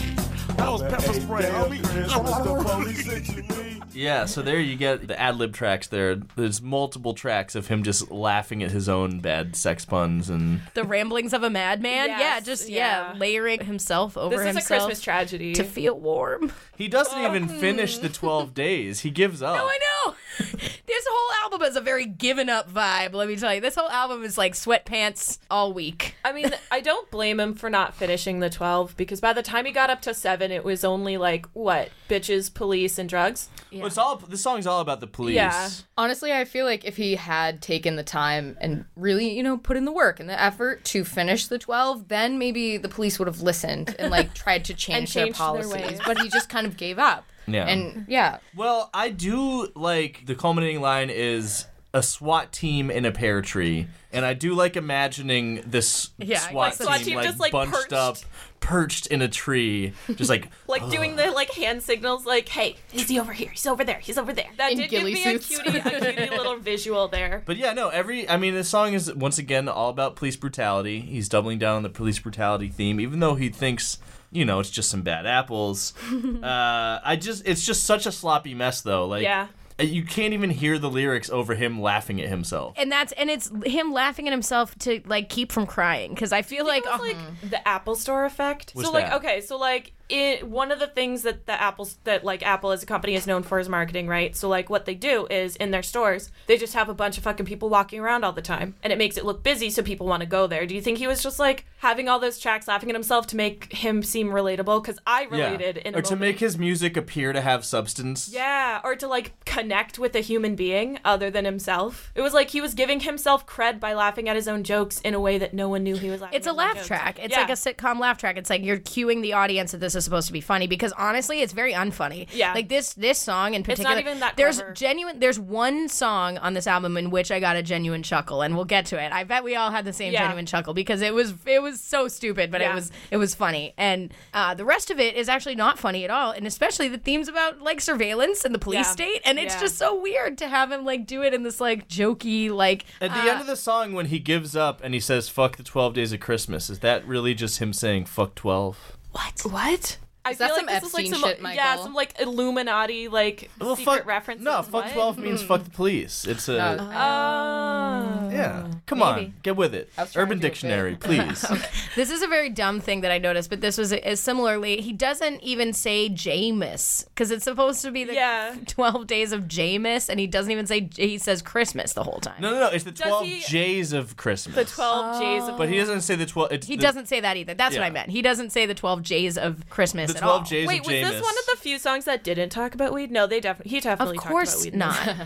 S5: That was pepper spray. Christmas, the police sent to me.
S1: yeah, so there you get the ad lib tracks. There, there's multiple tracks of him just laughing at his own bad sex puns, and
S2: the ramblings of a madman.
S3: Yes,
S2: yeah, just yeah.
S3: yeah.
S2: layering himself over
S3: This is a
S2: himself
S3: Christmas tragedy.
S2: to feel warm.
S1: he doesn't even finish the twelve days. He gives up.
S2: Oh, I know. this whole album is a very given up vibe. Let me tell you, this whole album is like sweatpants all week.
S3: I mean, I don't blame him for not finishing the 12 because by the time he got up to 7, it was only like, what? Bitches, police, and drugs?
S1: Well, it's all this song's all about the police.
S3: Yeah.
S4: Honestly, I feel like if he had taken the time and really, you know, put in the work and the effort to finish the 12, then maybe the police would have listened and like tried to change their
S3: changed their
S4: policies.
S3: ways.
S4: but he just kind of gave up.
S1: Yeah.
S4: And yeah,
S1: Well, I do like the culminating line is a SWAT team in a pear tree, and I do like imagining this
S2: Yeah,
S1: SWAT,
S2: like
S1: team,
S2: SWAT
S3: team
S1: like,
S3: just, like,
S1: bunched
S3: perched.
S1: up, perched in a tree, just like
S3: Like doing the like hand signals, like, hey, is he over here? He's over there. He's over there. That
S4: In
S3: did
S4: ghillie
S3: give me
S4: suits.
S3: a cutie, a cutie little visual there.
S1: But yeah, no, every I mean, this song is once again all about police brutality. He's doubling down on the police brutality theme, even though he thinks you know it's just some bad apples. uh, I just it's just such a sloppy mess, though. Like
S3: Yeah.
S1: You can't even hear the lyrics over him laughing at himself.
S2: And that's and it's him laughing at himself to like keep from crying because I feel like,
S3: It was
S2: oh,
S3: like um, the Apple Store effect.
S1: What's
S3: so like
S1: that?
S3: okay, so like it, one of the things that the Apple's that like Apple as a company is known for is marketing, right? So like what they do is in their stores, they just have a bunch of fucking people walking around all the time, and it makes it look busy, so people want to go there. Do you think he was just like having all those tracks, laughing at himself to make him seem relatable? Because I related in a
S1: or to
S3: moment.
S1: make his music appear to have substance.
S3: Yeah, or to like connect with a human being other than himself. It was like he was giving himself cred by laughing at his own jokes in a way that no one knew he was laughing.
S2: It's a
S3: at his own
S2: laugh
S3: jokes.
S2: track. It's
S3: Yeah.
S2: like a sitcom laugh track. It's like you're cueing the audience that this is supposed to be funny because honestly, it's very unfunny.
S3: Yeah.
S2: Like this this song in
S3: not
S2: particular.
S3: even that
S2: there's
S3: clever.
S2: genuine. There's one song on this album in which I got a genuine chuckle, and we'll get to it. I bet we all had the same
S3: Yeah.
S2: genuine chuckle because it was it was so stupid, but it
S3: Yeah.
S2: was it was funny. And uh, the rest of it is actually not funny at all, and especially the themes about like surveillance and the police
S3: Yeah.
S2: state. And it's
S3: Yeah.
S2: just so weird to have him like do it in this like jokey like.
S1: At the end of the song, when he gives up and he says "fuck the twelve days of Christmas," is that really just him saying "fuck 12?
S3: What? I
S4: Is that
S3: feel
S4: some
S3: like this
S4: Epstein
S3: is like some,
S4: shit,
S3: Yeah,
S4: Michael?
S3: some like Illuminati like
S1: Well,
S3: secret
S1: fuck,
S3: references.
S1: No, fuck
S3: What?
S1: 12 means fuck the police. It's a.
S4: No, I-
S3: Oh.
S1: Uh, yeah. Come on. Get with it.
S4: was trying
S1: Urban
S4: to do a
S1: Dictionary,
S4: bit.
S1: please.
S2: This is a very dumb thing that I noticed, but this was is similarly. He doesn't even say Jameis because it's supposed to be the
S3: Yeah.
S2: twelve days of Jameis, and he doesn't even say. He says Christmas the whole time.
S1: No, no, no. It's the
S3: Does
S1: 12
S3: he-
S1: J's of Christmas.
S3: The
S2: Oh.
S3: 12 J's of
S1: But he doesn't say the 12. It's
S2: He
S1: the,
S2: doesn't say that either. That's what I
S1: Yeah.
S2: meant. He doesn't say the twelve J's of Christmas
S1: The
S2: at all.
S1: 12 J's
S3: Wait,
S1: of
S3: was
S1: Jameis.
S3: this one of the few songs that didn't talk about weed? No, they definitely he
S2: Of
S3: definitely talked about
S2: course
S3: weed. in this.
S2: not.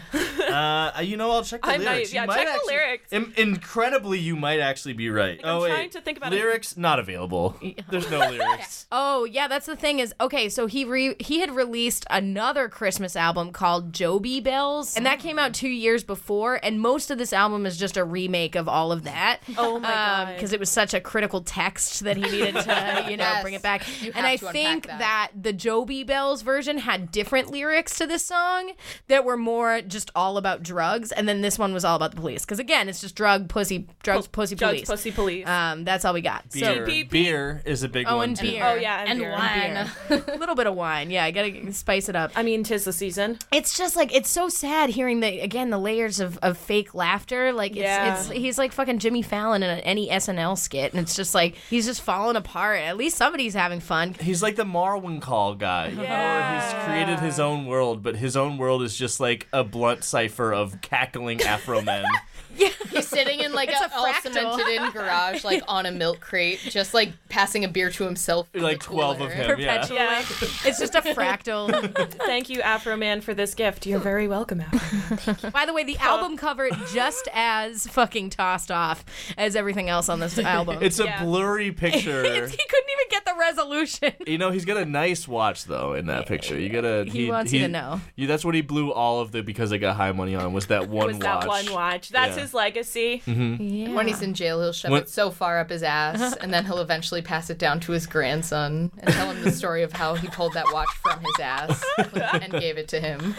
S1: Uh, you know, I'll check the
S3: I might-
S1: lyrics. You
S3: yeah,
S1: might
S3: check the
S1: actually-
S3: lyrics.
S1: Im- incredibly, you might actually be right.
S3: I'm
S1: oh wait,
S3: trying to think about it.
S1: lyrics not available. There's no lyrics.
S2: Oh yeah, that's the thing is okay. So he re- he had released another Christmas album called Joby Bells, and that came out two years before. And most of this album is just a remake of all of that.
S3: Oh my God.
S2: Because it was such a critical text that he needed to you know
S4: Yes.
S2: bring it back.
S4: You
S2: and
S4: have
S2: I
S4: to unpack
S2: think
S4: that.
S2: the Joby Bells version had different lyrics to this song that were more just all about drugs, and then this one was all about the police. Because again, it's just drug pussy drugs pussy
S3: Drugs,
S2: police.
S3: pussy police.
S2: Um, that's all we got.
S1: Beer,
S3: PP.
S1: beer is a big
S2: Oh,
S1: one
S2: and
S1: too. Uh,
S2: beer.
S3: oh yeah,
S4: and
S3: and, beer.
S4: wine.
S2: a little bit of wine. Yeah, I gotta spice it up.
S3: I mean, tis the season.
S2: It's just like it's so sad hearing the again the layers of, of fake laughter. Like it's,
S3: Yeah.
S2: it's he's like fucking Jimmy Fallon in any SNL skit, and it's just like he's just falling apart. At least somebody's having fun.
S1: He's like the Marwin Call guy, you know, where he's created his own world, but his own world is just like a blunt cipher of cackling Afro men.
S4: He's sitting in like
S2: It's
S4: a,
S2: a
S4: all
S2: fractal.
S4: cemented in garage, like on a milk crate, just like passing a beer to himself. in
S1: like
S4: the
S1: twelve of
S4: cooler.
S1: him. Yeah.
S2: Perpetual.
S3: Yeah.
S2: It's just a fractal.
S3: Thank you, Afro Man, for this gift. You're very welcome, Afro. Man.
S2: By the way, the album cover just as fucking tossed off as everything else on this album.
S1: It's a
S3: Yeah.
S1: blurry picture.
S2: It's- he couldn't even get the resolution.
S1: You know, he's got a nice watch though in that picture. You gotta.
S2: He wants you to know.
S1: Yeah, that's what he blew all of the because I got high money on was that one
S3: Was
S1: watch.
S3: that one watch? That's
S1: Yeah. Mm-hmm.
S3: his legacy.
S2: Yeah.
S4: When he's in jail, he'll shove
S1: When-
S4: it so far up his ass, and then he'll eventually pass it down to his grandson and tell him the story of how he pulled that watch from his ass and gave it to him.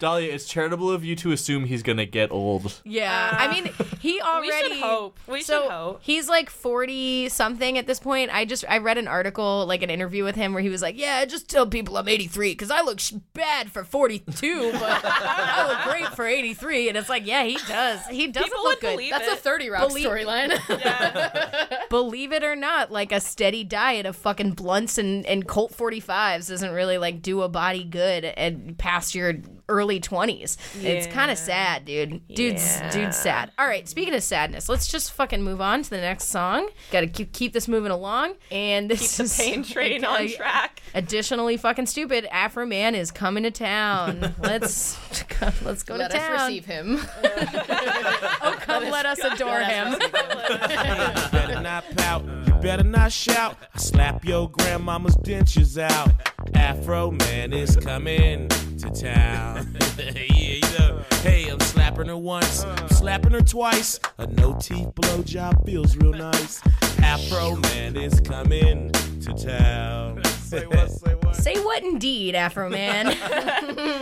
S1: Dahlia, it's charitable of you to assume he's gonna get old.
S2: Yeah, I mean, he
S3: Uh, We
S2: already.
S3: should hope. We
S2: so
S3: should hope.
S2: he's like forty something at this point. I just I read an article, like an interview with him, where he was like, "Yeah, I just tell people I'm 83 because I look sh- bad for 42, but I look great for 83." And it's like, yeah, he does. He doesn't
S3: People
S2: look
S3: would
S2: good.
S3: believe
S4: That's a
S3: it.
S4: 30 Rock
S2: Believe-
S4: storyline.
S2: Believe it or not, like a steady diet of fucking blunts and and Colt 45s doesn't really like do a body good and past your early 20s. It's kind of sad, dude. Dude's dude's sad. All right, speaking of sadness, let's just fucking move on to the next song. Got to keep keep this moving along and this
S3: the
S2: is
S3: pain train on
S2: like,
S3: track.
S2: Additionally, fucking stupid Afro Man is coming to town. Let's let's go
S4: Let
S2: to town.
S4: us receive him.
S2: Oh, come let us adore him.
S6: better not pout. You better not shout. I slap your grandmama's dentures out. Afro man is coming to town. yeah, you know. Hey, I'm slapping her once. I'm slapping her twice. A no teeth blowjob feels real nice. Afro man is coming to town. say what? Say what?
S2: Say what indeed, Afro Man.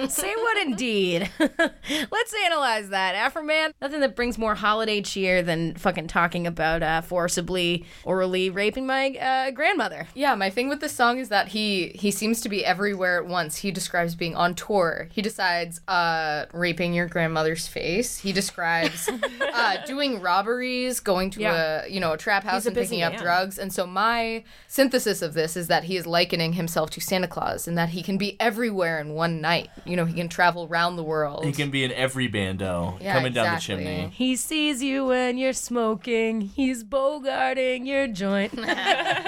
S2: say what indeed. Let's analyze that, Afro Man. Nothing that brings more holiday cheer than fucking talking about uh, forcibly, orally raping my uh, grandmother.
S4: Yeah, my thing with this song is that he he seems to be everywhere at once. He describes being on tour. He decides uh raping your grandmother's face. He describes uh doing robberies, going to
S2: Yeah.
S4: a you know, a trap house
S3: a
S4: and picking
S3: busy
S4: up
S3: man.
S4: drugs. And so my synthesis of this is that he is likening himself to Santa Claus and that he can be everywhere in one night. You know, he can travel around the world.
S1: He can be in every bando
S4: Yeah,
S1: coming down
S4: exactly.
S1: the chimney.
S2: He sees you when you're smoking. He's bogarting your joint.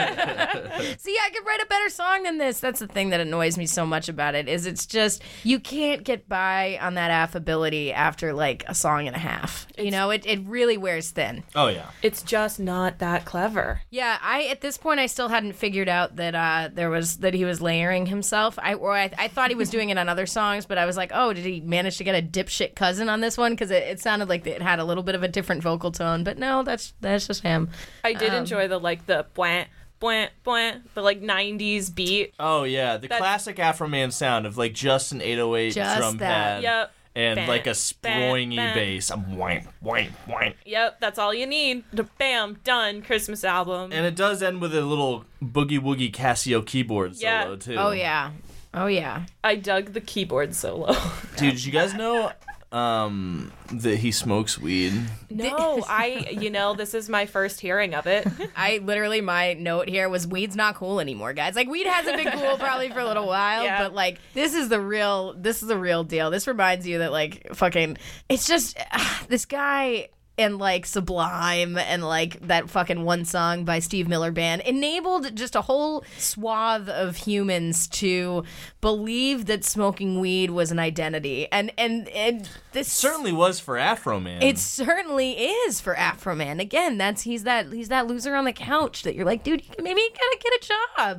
S2: See, I could write a better song than this. That's the thing that annoys me so much about it is it's just you can't get by on that affability after like a song and a half. you know, it, it really wears thin.
S1: Oh yeah.
S3: It's just not that clever.
S2: Yeah, I at this point I still hadn't figured out that uh, there was that he was layering himself. I or I, I thought he was doing it on other songs, but I was like, oh, did he manage to get a dipshit cousin on this one? Because it, it sounded like it had a little bit of a different vocal tone. But no, that's that's just him.
S3: I did enjoy the like the bwah, bwah, bwah, the like 90s beat.
S1: Oh yeah. The classic Afro Man sound of like just an 808
S2: Just
S1: drum
S2: that.
S1: pad.
S3: Yep.
S1: and
S3: Bam,
S1: like a
S3: bam,
S1: sproingy
S3: bam.
S1: bass. I'm wham, wham, wham.
S3: Yep, that's all you need. Bam, done. Christmas album.
S1: And it does end with a little boogie woogie Casio keyboard
S3: Yeah.
S1: solo too.
S2: Oh yeah. Oh yeah.
S3: I dug the keyboard solo.
S1: Dude, did you guys know um that he smokes weed?
S3: no, I. You know, this is my first hearing of it.
S2: I literally my note here was weed's not cool anymore, guys. Like weed hasn't been cool probably for a little while,
S3: Yeah.
S2: but like this is the real this is the real deal. This reminds you that like fucking it's just ah, this guy and like Sublime and like that fucking one song by Steve Miller Band enabled just a whole swath of humans to believe that smoking weed was an identity. And and and this
S1: Certainly was for Afro Man.
S2: it certainly is for Afro Man. Again, that's he's that he's that loser on the couch that you're like, dude, you- maybe you gotta get a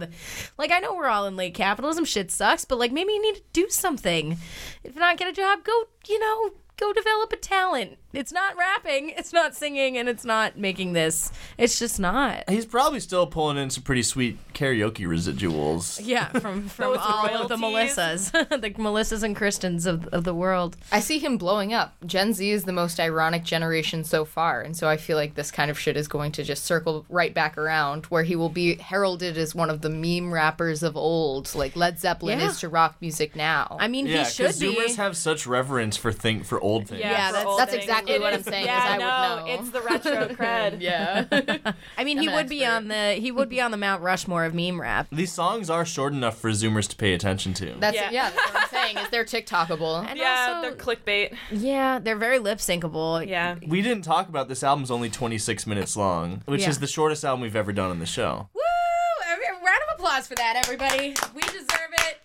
S2: job. Like I know we're all in late capitalism, shit sucks, but like maybe you need to do something. If not get a job, go you know go develop a talent. It's not rapping, it's not singing, and it's not making this. It's just not.
S1: He's probably still pulling in some pretty sweet karaoke residuals.
S2: Yeah, from from
S3: Those
S2: all of the
S3: royalties.
S2: Melissas, the Melissas and Kristens of of the world.
S4: I see him blowing up. Gen Z is the most ironic generation so far, and so I feel like this kind of shit is going to just circle right back around where he will be heralded as one of the meme rappers of old, like Led Zeppelin
S2: Yeah.
S4: is to rock music now.
S2: I mean,
S1: Yeah,
S2: he should
S1: consumers
S2: be.
S1: have such reverence for thing for old things.
S3: Yeah,
S2: Yeah,
S3: for
S2: that's-
S3: old
S4: that's
S3: things.
S4: exactly
S3: It
S4: what I'm
S3: is-
S4: saying, 'cause
S3: Yeah,
S4: I would
S3: no,
S4: know.
S3: it's the retro cred.
S4: yeah.
S2: I mean, he
S4: an
S2: would be
S4: expert.
S2: on the he would be on the Mount Rushmore of meme rap.
S1: These songs are short enough for Zoomers to pay attention to.
S4: That's
S3: Yeah.
S4: yeah. that's what I'm saying is they're TikTokable.
S2: And
S3: Yeah,
S2: also,
S3: they're clickbait.
S2: yeah, they're very lip syncable.
S3: Yeah.
S1: we didn't talk about this album's only 26 minutes long, which
S2: Yeah.
S1: is the shortest album we've ever done on the show.
S2: Woo! Every, round of applause for that, everybody. We deserve it.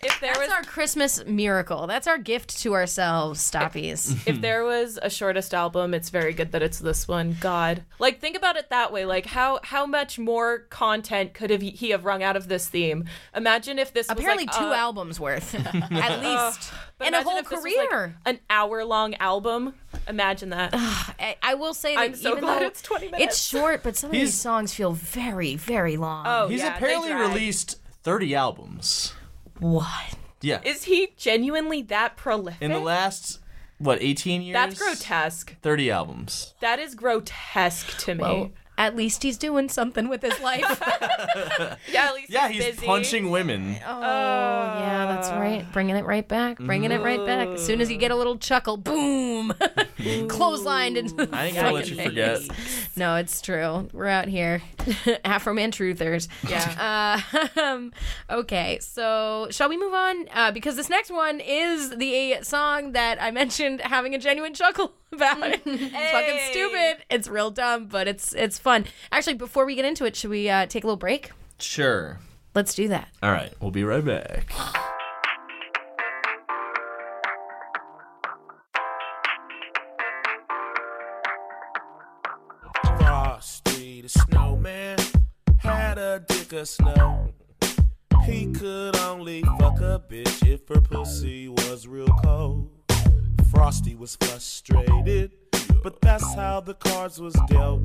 S3: If there
S2: That's
S3: was
S2: our Christmas miracle. That's our gift to ourselves, Stoppies.
S1: Hmm.
S3: if there was a shortest album, it's very good that it's this one. God, like think about it that way. Like how how much more content could have he have wrung out of this theme? Imagine if this
S2: Apparently,
S3: was like,
S2: two
S3: uh,
S2: albums worth, at least,
S3: but
S2: and a
S3: imagine
S2: whole
S3: if this was, like,
S2: career.
S3: an hour long album. Imagine that.
S2: I, I will say that
S3: I'm so
S2: even
S3: glad
S2: though
S3: it's 20
S2: it's
S3: minutes.
S2: short, but some of these
S1: He's-
S2: songs feel very, very long.
S3: oh,
S1: He's
S3: yeah, they
S1: apparently
S3: drag.
S1: released 30 albums.
S2: what?
S1: Yeah.
S3: Is he genuinely that prolific?
S1: In the last what, 18 years?
S3: That's grotesque.
S1: 30 albums.
S3: That is grotesque to me.
S2: Well, at least he's doing something with his life.
S3: yeah, at least
S1: Yeah, he's
S3: busy.
S1: punching women.
S2: Oh, yeah, that's
S3: Uh.
S2: right. Bringing it right back. Bringing it right back. As soon as you get a little chuckle, boom, clotheslined into the
S1: I ain't gonna let you
S2: fucking
S1: forget.
S2: face. No, it's true. We're out here, Afro Man truthers. Yeah. Uh, um, okay, so shall we move on? Uh, because this next one is the song that I mentioned having a genuine chuckle about. it's fucking stupid. It's real dumb, but it's it's fun. Actually, before we get into it, should we uh, take a little break?
S1: Sure.
S2: Let's do that.
S1: All right, we'll be right back.
S6: Frosty the snowman had a dick of snow. He could only fuck a bitch if her pussy was real cold. Frosty was frustrated, but that's how the cards was dealt.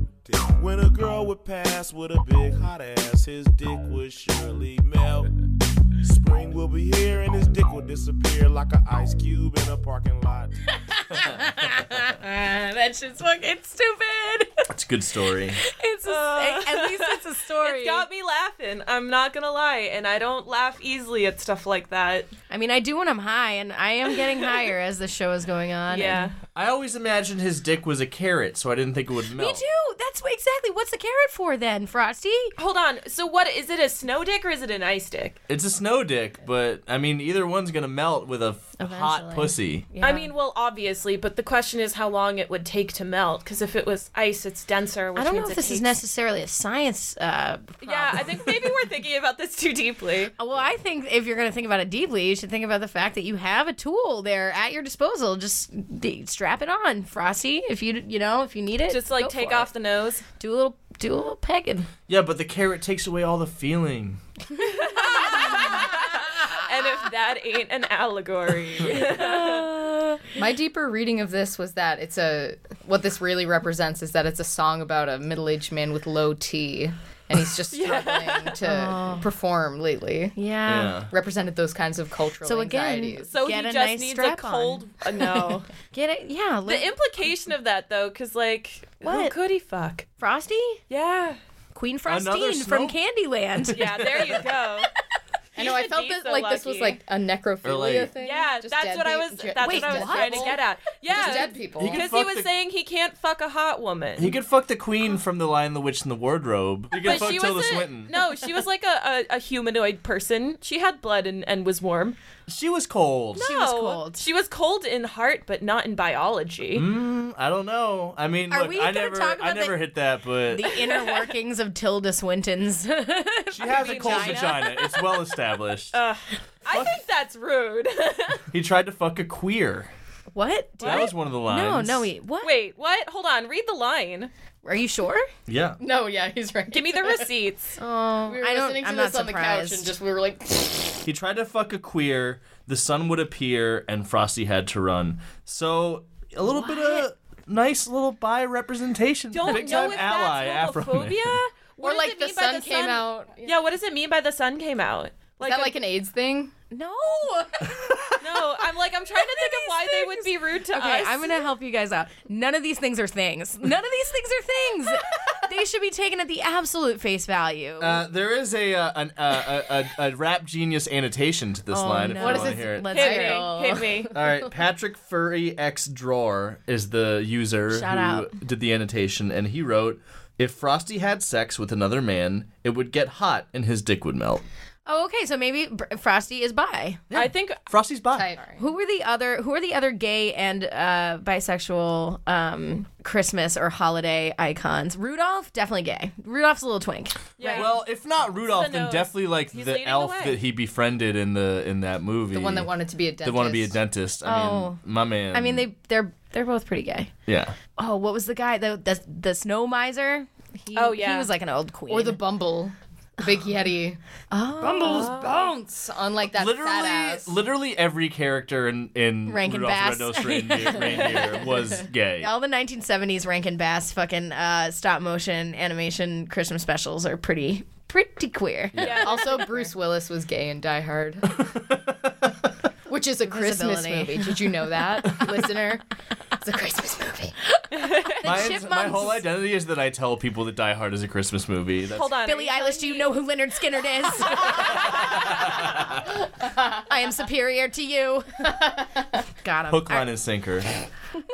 S6: When a girl would pass with a big hot ass, his dick would surely melt. Spring will be here and his dick will disappear like an ice cube in a parking lot.
S2: Uh, That's just fucking stupid.
S1: That's a good story.
S2: It's a, at least it's a story.
S3: It got me laughing. I'm not gonna lie, and I don't laugh easily at stuff like that.
S2: I mean, I do when I'm high, and I am getting higher as the show is going on.
S3: Yeah.
S2: and-
S1: I always imagined his dick was a carrot, so I didn't think it would
S2: me
S1: melt.
S2: too. That's what- exactly what's the carrot for then, Frosty.
S3: Hold on. So what is it? A snow dick or is it an ice dick?
S1: It's a snow dick, but I mean, either one's gonna melt with a f- hot
S2: Eventually.
S1: pussy.
S2: Yeah.
S3: I mean, well, obviously, but the question is how long it would take to melt. Because if it was ice, it's denser. Which
S2: I don't know
S3: means
S2: if
S3: it
S2: this is
S3: takes-
S2: necessarily a science. Uh, problem.
S3: Yeah, I think maybe we're thinking about this too deeply.
S2: Well, I think if you're going to think about it deeply, you should think about the fact that you have a tool there at your disposal. Just d- strap it on, Frosty. If you you know if you need it,
S3: Just like
S2: go
S3: take
S2: for
S3: off
S2: it.
S3: the nose.
S2: do a little do a little pegging.
S1: Yeah, but the carrot takes away all the feeling.
S3: And if that ain't an allegory,
S4: My deeper reading of this was that it's a what this really represents is that it's a song about a middle-aged man with low T and he's just struggling to
S2: Oh.
S4: perform lately.
S2: Yeah.
S1: Yeah.
S4: Represented those kinds of cultural
S2: So again,
S4: anxieties.
S3: So
S2: Get
S3: he
S2: a
S3: just
S2: nice
S3: needs a
S2: strap on.
S3: cold. uh, no.
S2: Get it? Yeah. Li-
S3: the implication of that though, because like, who
S2: What?
S3: could he fuck?
S2: Frosty?
S3: Yeah.
S2: Queen
S1: Another
S2: Frostine from
S1: snow-
S2: Candyland.
S3: Yeah. There you go.
S4: I know. I
S3: should
S4: felt
S3: be
S4: that
S3: so
S4: like this was
S3: lucky.
S4: like a necrophilia
S1: like-
S4: thing.
S3: Yeah,
S4: Just
S3: that's
S4: dead
S3: what I
S4: pe-
S3: was.
S4: ju-
S3: That's
S2: Wait,
S3: what I was
S2: what?
S3: trying to get at. Yeah,
S4: Just dead people.
S1: He could
S3: because he
S1: fuck
S3: was
S1: the-
S3: saying he can't fuck a hot woman.
S1: He could fuck the queen from The Lion, the Witch, and the Wardrobe. He could
S3: but
S1: fuck
S3: she
S1: Tilda
S3: was a,
S1: Swinton.
S3: no, she was like a, a, a humanoid person. She had blood and, and was warm.
S1: She was cold.
S3: She
S2: was cold.
S3: She was cold in heart, but not in biology.
S1: Mm, I don't know. I mean,
S2: Are
S1: look,
S2: we
S1: I
S2: gonna
S1: never,
S2: talk
S1: I
S2: about
S1: never
S2: the-
S1: hit that, but
S2: the inner workings of Tilda Swinton's.
S1: she has a cold vagina. It's well established.
S2: Uh.
S3: I think that's rude.
S1: he tried to fuck a queer.
S2: what?
S1: That was one of the
S2: No,
S1: lines.
S2: no, wait. What?
S3: Wait, what? Hold on. Read the line.
S2: Are you sure?
S1: Yeah.
S4: No, yeah, he's right.
S3: Give me the receipts.
S2: Oh,
S4: We were
S2: I don't,
S4: listening to
S2: I'm
S4: this
S2: not
S4: on the couch and
S2: surprised.
S4: just we were like,
S1: He tried to fuck a queer. The sun would appear, and Frosty had to run. So a little bit of nice little bi representation.
S3: Don't
S1: Big
S3: know
S1: time
S3: if
S1: ally
S3: that's
S1: Afro man.
S3: homophobia.
S4: or
S3: What does
S4: like
S3: it
S4: the
S3: mean by
S4: sun came out. Is
S3: Yeah, what does it mean by the sun came out? Like,
S4: that
S3: a-
S4: like an AIDS thing?
S2: no.
S3: no, I'm like I'm trying to think of why they would be rude to
S2: Okay,
S3: us.
S2: I'm gonna help you guys out. None of these things are things. None of these things are things. they should be taken at the absolute face value.
S1: Uh, there is a uh, an, uh, a, a a rap genius annotation to this
S2: Oh,
S1: line.
S2: no.
S1: If
S2: What
S1: you
S2: is
S1: want
S4: it?
S1: to hear it.
S2: Let's hear it.
S4: know.
S3: Hit me, hit me.
S1: All right, Patrick Furry X Drawer is the user who
S2: Shout out.
S1: did the annotation, and he wrote, "If Frosty had sex with another man, it would get hot and his dick would melt."
S2: Oh, okay. So maybe Br- Frosty is bi.
S3: I think
S1: Frosty's bi.
S4: Right.
S2: Who were the other? Who are the other gay and uh, bisexual um, Christmas or holiday icons? Rudolph, definitely gay. Rudolph's a little twink.
S3: yeah.
S1: Well, if not Rudolph,
S3: the
S1: then
S3: nose.
S1: definitely like
S3: He's
S1: the
S3: leading
S1: elf
S3: the way.
S1: that he befriended in the in that movie.
S4: The one that wanted to be a dentist.
S1: that wanted to be a dentist. I
S2: Oh.
S1: mean, my man.
S2: I mean, they they're they're both pretty gay.
S1: yeah.
S2: Oh, what was the guy? The the, the snow miser. He,
S3: Oh, yeah.
S2: he was like an old queen.
S4: Or the bumble. The big yeti.
S2: Oh.
S4: Bumble's bounce on like that fat
S1: Literally,
S4: ass.
S1: literally every character in in
S2: Rankin
S1: Rudolph's
S2: Bass.
S1: Red-Nosed Reindeer, Reindeer was gay.
S2: all the 1970s Rankin Bass fucking uh, stop motion animation Christmas specials are pretty pretty queer.
S4: also, Bruce Willis was gay in Die Hard. Which is a Christmas
S2: Visibility.
S4: movie. Did you know that, listener? It's a Christmas movie.
S1: My, my
S2: Chipmunks.
S1: whole identity is that I tell people that Die Hard is a Christmas movie. That's,
S3: hold on.
S2: Billie Eilish, do you know who Leonard Skinner is? I am superior to you. Got him.
S1: Hook, line, and sinker.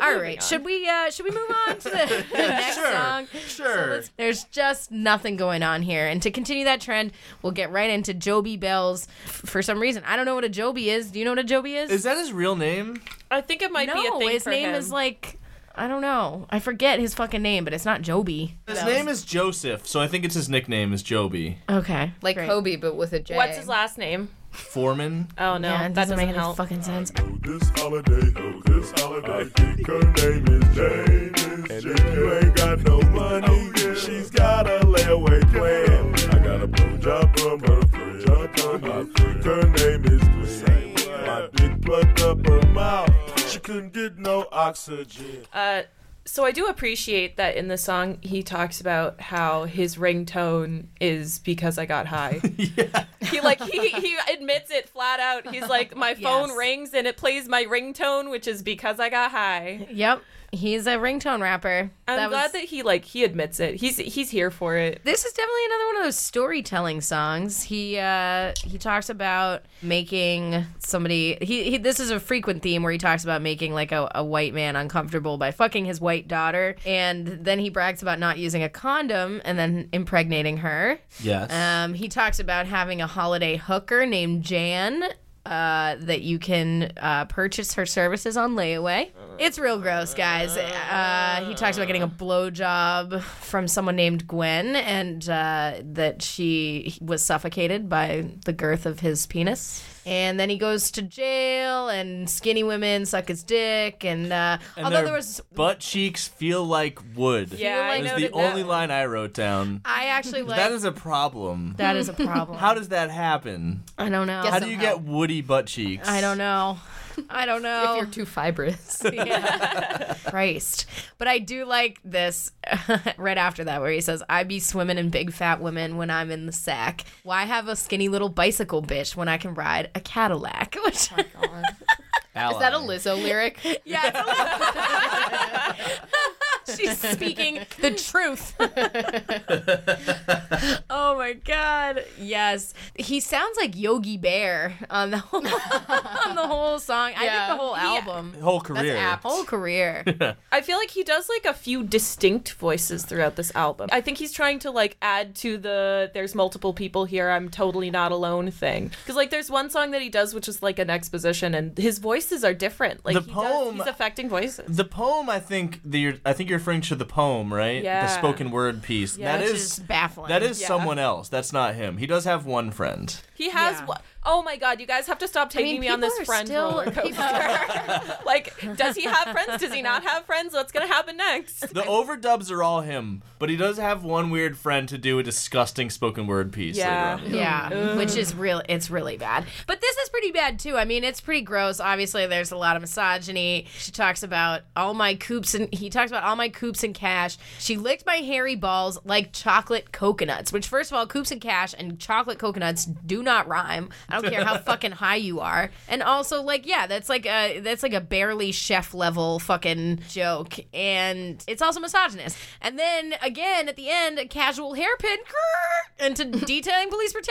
S2: All right, should we uh, should we move on to the, the next song?
S1: Sure.
S2: There's just nothing going on here, and to continue that trend, we'll get right into Joby Bell's. f- For some reason, I don't know what a Joby is. Do you know what a Joby is?
S1: is that his real name?
S3: I think it might be a
S2: no,
S3: thing
S2: his
S3: for
S2: name
S3: him.
S2: is like I don't know. I forget his fucking name, but it's not Joby.
S1: His name is Joseph, so I think it's his nickname is Joby.
S2: Okay,
S4: Like
S2: great.
S4: Kobe, but with a J.
S3: What's his last name?
S1: Foreman.
S3: Oh no,
S2: Yeah,
S3: that
S2: it
S3: doesn't,
S2: doesn't, make any
S3: help.
S2: fucking sense.
S5: Oh, this holiday, oh, this holiday. I think her name is Jane. And if you ain't got no money, she's got a layaway plan. I got a blowjob from her friend. I think her name is Glenn. My dick plucked up her mouth. She couldn't get no oxygen.
S3: uh, so I do appreciate that in the song he talks about how his ringtone is because I got high. He like he he admits it flat out. He's like my phone
S2: Yes.
S3: rings and it plays my ringtone, which is because I got high.
S2: Yep, he's a ringtone rapper.
S3: I'm
S2: That was-
S3: glad that he like he admits it. He's he's here for it.
S2: this is definitely another one of those storytelling songs. He uh, he talks about making somebody. He, he this is a frequent theme where he talks about making like a, a white man uncomfortable by fucking his white daughter, and then he brags about not using a condom and then impregnating her.
S1: Yes.
S2: Um, he talks about having a holiday hooker named Jan uh, that you can uh, purchase her services on layaway. It's real gross, guys. Uh, he talks about getting a blowjob from someone named Gwen and uh, that she was suffocated by the girth of his penis. And then he goes to jail, and skinny women suck his dick. And, uh,
S1: And
S2: although
S1: their
S2: there was
S1: butt cheeks feel like wood.
S3: Yeah, I
S1: That is
S3: noted
S1: the
S3: that
S1: only
S3: one.
S1: line I wrote down.
S2: I actually like
S1: that is a problem.
S2: that is a problem.
S1: How does that happen?
S2: I don't know.
S4: Guess
S1: How do you
S4: Somehow.
S1: get woody butt cheeks?
S2: I don't know. I don't know.
S4: If you're too fibrous.
S2: Christ. But I do like this right after that where he says, I be swimming in big fat women when I'm in the sack. Why have a skinny little bicycle bitch when I can ride a Cadillac? Which,
S4: Is that a Lizzo lyric?
S2: yeah. it's a little- She's speaking the truth. oh my god. Yes. He sounds like Yogi Bear on the whole, on the whole song. I
S4: Yeah.
S2: think the whole album.
S1: Whole career.
S4: apt.
S2: Whole career.
S3: I feel like he does like a few distinct voices throughout this album. I think he's trying to like add to the there's multiple people here, I'm totally not alone thing. Cuz like there's one song that he does which is like an exposition and his voices are different. Like
S1: The
S3: he
S1: poem-
S3: does, he's affecting voices.
S1: The poem, I think that you're, I think you're referring to the poem, right?
S3: Yeah.
S1: The spoken word piece. that
S2: Which
S1: is
S2: is baffling.
S1: that is
S3: Yeah.
S1: someone else. That's not him. He does have one friend.
S3: He has
S2: Yeah.
S3: wha- Oh my god, you guys have to stop taking me on
S2: people
S3: this
S2: are
S3: friend
S2: still-
S3: roller coaster. like does he have friends? Does he not have friends? What's going to happen next?
S1: The overdubs are all him, but he does have one weird friend to do a disgusting spoken word piece.
S3: Yeah.
S1: Later on.
S2: Yeah, which is real. It's really bad. But this is pretty bad too. I mean, it's pretty gross. Obviously, there's a lot of misogyny. She talks about all my coops and he talks about all my coops and cash. She licked my hairy balls like chocolate coconuts. Which, first of all, coops and cash and chocolate coconuts do not rhyme. I don't care how fucking high you are. And also, like, yeah, that's like a that's like a barely chef level fucking joke, and it's also misogynist. And then again, at the end, a casual hairpin grrr, into detailing police brutality.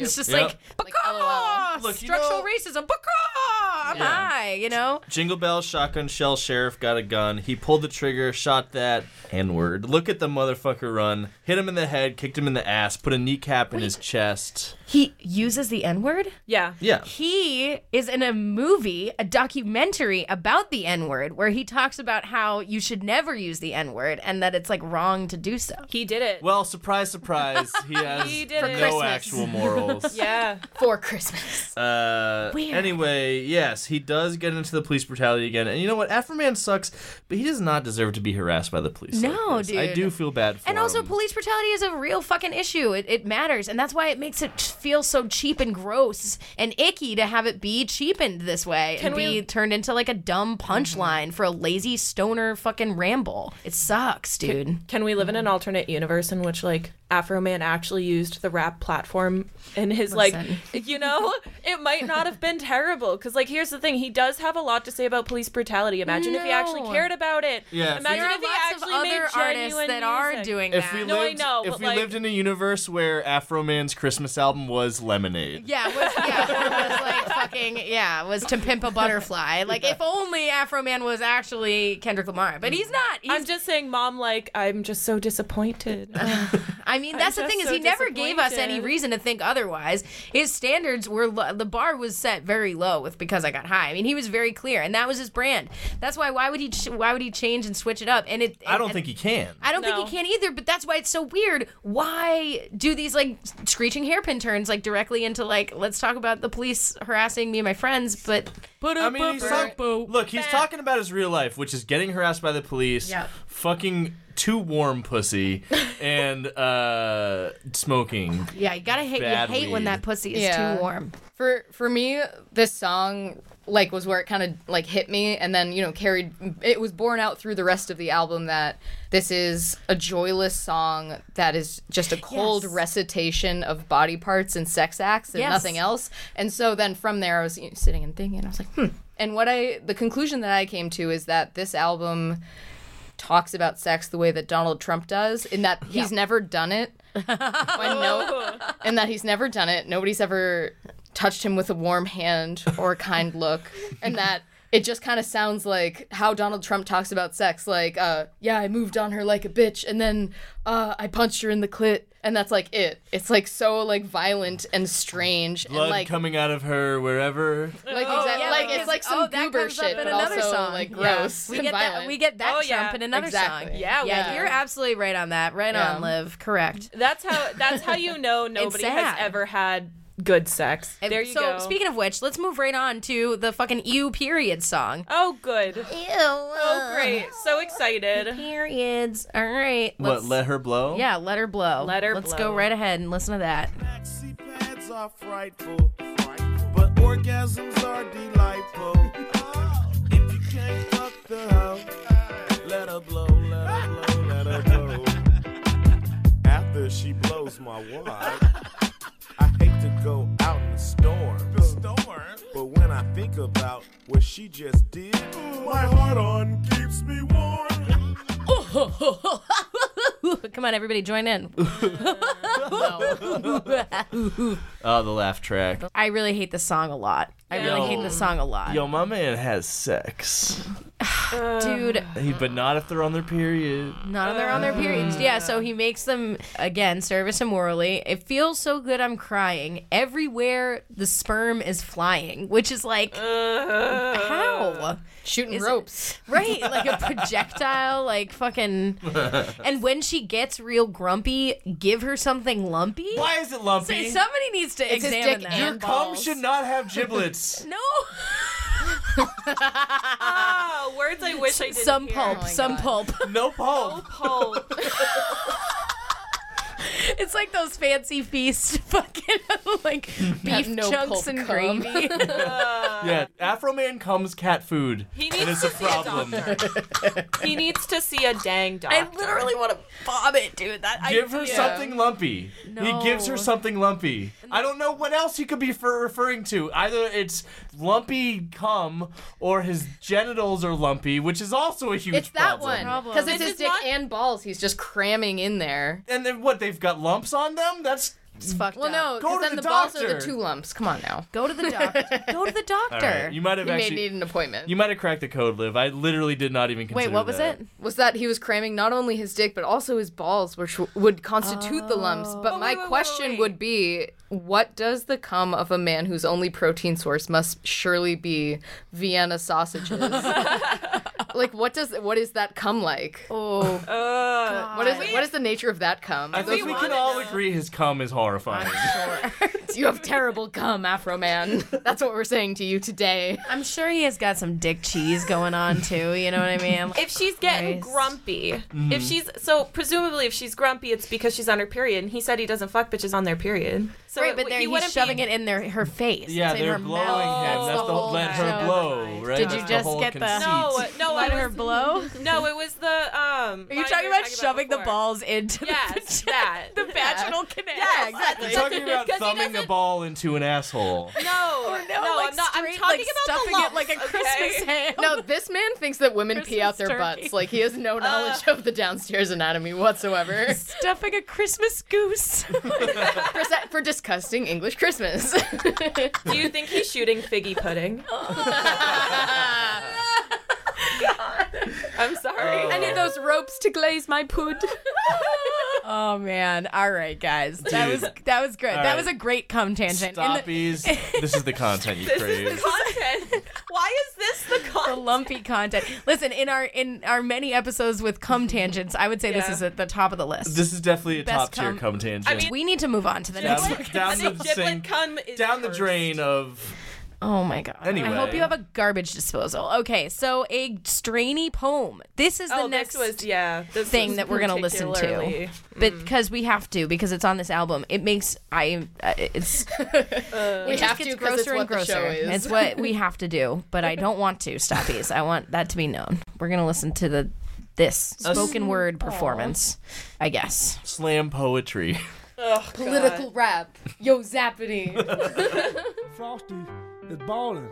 S2: It's just
S1: Yep.
S2: like, "Bacaw!
S1: Look, you
S2: structural
S1: know-
S2: racism, Bacaw! I'm high, you know.
S1: Jingle bell, shotgun shell, sheriff got a gun. He pulled the trigger, shot that N word. Look at the motherfucker run. Hit him in the head, kicked him in the ass, put a kneecap in his chest.
S2: He uses the N word.
S3: Yeah.
S1: Yeah.
S2: He is in a movie, a documentary about the N word, where he talks about how you should never use the N word and that it's like wrong to do so.
S3: He did it.
S1: Well, surprise, surprise, he has
S3: He did
S1: no
S3: it.
S2: Christmas.
S1: actual morals.
S3: yeah.
S4: For Christmas.
S1: Uh,
S2: Weird.
S1: Anyway, yes, he does get into the police brutality again, and you know what? Afro Man sucks, but he does not deserve to be harassed by the police. like
S2: No,
S1: this. I
S2: dude.
S1: do feel bad for
S2: And also,
S1: him.
S2: police brutality is a real fucking issue. It, it matters. And that's why it makes it feel so cheap and gross and icky to have it be cheapened this way and
S3: Can we-
S2: be turned into like a dumb punchline for a lazy stoner fucking ramble. It sucks, dude.
S3: Can we live in an
S2: Mm-hmm.
S3: alternate universe in which like Afro Man actually used the rap platform in his like you know it might not have been terrible because like here's the thing he does have a lot to say about police brutality imagine if he actually
S2: No.
S3: cared about it
S1: Yeah, if we-
S3: imagine
S2: There are
S3: if he
S2: lots of
S3: actually made
S2: other artists that
S3: genuine
S2: are
S3: music.
S2: doing
S1: If
S2: that.
S1: we
S3: No, I
S1: lived,
S3: know,
S1: if
S3: but,
S1: we
S3: like-
S1: lived in a universe where Afro Man's Christmas album was Lemonade,
S2: Yeah, it was, yeah, or it was like fucking yeah, it was to pimp a butterfly. Like if only Afro Man was actually Kendrick Lamar, but he's not. He's,
S3: Mm. I'm just saying mom like I'm just so disappointed
S2: I mean, that's the
S3: just
S2: thing is
S3: so
S2: he never gave us any
S3: disappointed.
S2: reason to think otherwise. His standards were lo- the bar was set very low with because I got high. I mean, he was very clear, and that was his brand. That's why why would he ch- why would he change and switch it up? And it
S1: I don't think he can.
S2: I don't
S3: No.
S2: think he can either, but that's why it's so weird. Why do these like screeching hairpin turns like directly into like let's talk about the police harassing me and my friends, but
S1: I mean, he's talk- look, he's talking about his real life, which is getting harassed by the police,
S4: Yeah.
S1: fucking too warm pussy, and uh, smoking.
S2: yeah, you gotta hate
S1: Bad
S2: you hate when
S1: weed.
S2: that pussy is
S4: Yeah.
S2: too warm.
S4: For for me, this song like was where it kind of like hit me and then you know carried it was borne out through the rest of the album that this is a joyless song that is just a cold
S2: Yes.
S4: recitation of body parts and sex acts and
S2: Yes.
S4: nothing else and so then from there i was you know, sitting and thinking i was like hmm and what i the conclusion that i came to is that this album talks about sex the way that Donald Trump does, in that he's never done it. When no,
S2: Oh.
S4: and that he's never done it. Nobody's ever touched him with a warm hand or a kind look, and that it just kind of sounds like how Donald Trump talks about sex. Like, uh, yeah, I moved on her like a bitch, and then uh, I punched her in the clit, and that's like it. It's like so like violent and strange,
S1: Blood
S4: and like
S1: coming out of her wherever.
S4: like, exa-
S2: yeah,
S4: like
S2: because-
S4: it's like
S2: oh,
S4: some
S2: that
S4: goober
S2: comes up
S4: shit,
S2: in
S4: but
S2: another
S4: also
S2: song.
S4: like
S2: Yeah.
S4: gross.
S2: We
S4: and
S2: get that.
S4: violent.
S2: We get that
S3: Oh,
S2: Trump
S3: yeah.
S2: in another
S4: Exactly.
S2: song.
S3: Yeah, we
S2: yeah,
S4: do.
S2: you're absolutely right on that. Right
S4: Yeah.
S2: on, Liv. Correct.
S3: that's how that's how you know nobody
S2: sad.
S3: has ever had good sex there you
S2: so,
S3: go
S2: speaking of which, let's move right on to the fucking ew period song.
S3: oh good
S2: Ew.
S3: oh great so excited
S2: Periods. All right.
S1: What?
S2: let's-
S1: Let her blow.
S2: Yeah, let her blow.
S3: Let her
S2: Let's
S3: blow.
S2: go right ahead and listen to that.
S6: Maxi pads are frightful, but orgasms are delightful. my watch. I hate to go out in the storm. The storm? But when I think about what she just did,
S5: My heart on keeps me warm.
S2: Come on, everybody, join in.
S1: Oh, the laugh track.
S2: I really hate this song a lot. I really hate this song a lot.
S1: Yo, my man has sex,
S2: Dude,
S1: Hey, but not if they're on their period.
S2: Not on their on their periods. Yeah, so he makes them again service him morally. It feels so good I'm crying. Everywhere the sperm is flying, which is like how?
S4: Shooting
S2: Is it-
S4: ropes.
S2: Right? Like a projectile, like fucking And when she gets real grumpy, give her something lumpy.
S1: Why is it lumpy?
S2: Say somebody needs to
S4: his dick
S2: examine that.
S4: and-
S1: Your cum should not have giblets.
S2: no
S3: Ah, words I wish I didn't
S2: some
S3: hear. Oh
S2: pulp,
S4: my
S2: some
S4: God.
S2: pulp.
S1: No pulp.
S3: Pulp.
S2: It's like those fancy feast fucking like beef
S4: no
S2: chunks
S4: pulp
S2: and
S4: cum.
S2: gravy.
S1: Yeah, Afro Man comes cat food.
S3: He
S1: and
S3: needs
S1: it's a
S3: to see a
S1: problem.
S3: he needs to see a dang doctor.
S2: I literally want to vomit, dude. That I
S1: Give her something lumpy. He gives her
S2: No.
S1: something lumpy. I don't know what else he could be fer- referring to. Either it's lumpy cum or his genitals are lumpy, which is also a huge
S4: It's that
S1: problem.
S4: one
S2: Problem.
S4: because it's
S3: This
S4: his
S3: is
S4: dick
S3: not-
S4: and balls. He's just cramming in there.
S1: And then what? They've got lumps on them? That's
S2: It's fucked
S4: Well, no,
S1: Go
S4: because
S1: to
S4: then
S1: the
S4: the, balls are the
S1: doctor.
S4: two lumps. Come on now,
S2: Go to the doctor. Go to the
S1: All
S2: doctor.
S1: right, You might have
S4: you may
S1: actually
S4: need an appointment.
S1: You might have cracked the code, Liv. I literally did not even consider
S2: Wait, what was
S1: that.
S2: it?
S4: was that he was cramming not only his dick but also his balls, which w- would constitute the lumps. But my
S3: Oh. wait, wait,
S4: question
S3: wait.
S4: would be, what does the cum of a man whose only protein source must surely be Vienna sausages? like, what does what is that cum like?
S2: Oh,
S3: Uh,
S4: What is what is the nature of that cum?
S1: I think we, can
S3: wanna
S1: all
S3: know.
S1: agree his cum is horrifying.
S4: you have terrible cum, Afro man. That's what we're saying to you today.
S2: I'm sure he has got some dick cheese going on too. You know what I mean?
S3: if she's getting
S2: Christ.
S3: grumpy,
S1: Mm-hmm.
S3: if she's so presumably if she's grumpy, it's because she's on her period. And he said he doesn't fuck bitches on their period. So
S2: right,
S3: it-
S2: but there
S3: he
S2: he's
S3: wouldn't
S2: shoving
S3: be,
S2: it in their her face.
S1: yeah,
S2: it's in
S1: they're
S2: her
S1: blowing
S2: mouth.
S1: him. That's the
S2: whole
S1: let her
S2: show.
S1: blow, right?
S2: Did
S1: That's
S2: you
S1: the
S2: just
S1: whole
S2: get the-
S1: conceit.
S3: No, no,
S2: Let
S3: I
S2: her
S3: was-
S2: blow.
S3: No, it was the um.
S2: Are you talking about shoving the
S3: ball?
S2: balls into
S3: Yes,
S2: the,
S3: that
S2: the vaginal canal?
S3: Yeah, exactly.
S1: You're talking about
S3: 'Cause he
S1: thumbing a
S3: doesn't-
S1: ball into an asshole.
S3: No,
S2: Oh, No, like
S3: I'm not.
S2: straight,
S3: I'm talking
S2: like
S3: about
S2: stuffing
S3: the lumps,
S2: it like a Christmas
S3: okay?
S2: ham.
S4: No, this man thinks that women pee out their
S2: Christmas turkey.
S4: butts. Like he has no knowledge of the downstairs anatomy whatsoever.
S2: stuffing a Christmas goose.
S4: for, sa- for disgusting English Christmas.
S3: Do you think he's shooting figgy pudding?
S2: Oh,
S3: I'm sorry.
S1: Oh.
S4: I need those ropes to glaze my pud.
S2: oh man! All right, guys, that
S1: Dude.
S2: was that was good. That
S1: right.
S2: was a great cum tangent. And the-
S1: Stoppies. this is the content you crave.
S3: content. Why is this the
S2: the
S3: content?
S2: lumpy content. Listen, in our in our many episodes with cum tangents, I would say this
S3: Yeah.
S2: is at the top of the list.
S1: This is definitely a top
S2: Best
S1: tier
S2: cum.
S1: cum tangent.
S3: I mean-
S2: we need to move on to the
S1: down,
S2: next one.
S1: down
S3: I think
S1: the
S3: giblet
S1: sink-
S3: cum is
S1: down the
S3: cursed.
S1: drain of
S2: Oh my god.
S1: Anyway.
S2: I hope you have a garbage disposal. Okay, so a strainy poem. This is the
S3: Oh,
S2: next
S3: next was yeah. This
S2: thing
S3: was
S2: that we're gonna listen to,
S3: particularly-
S2: but
S4: mm.
S2: because we have to, because it's on this album, it makes I uh, it's
S4: we
S2: just
S4: have to
S2: gets
S4: 'cause it's
S2: grosser and
S4: what the show
S2: grosser.
S4: is.
S2: It's what we have to do, but I don't want to stoppies. I want that to be known. We're gonna listen to the this spoken word performance, I guess.
S1: slam poetry.
S4: political rap. Yo, zappity.
S7: Frosty is ballin',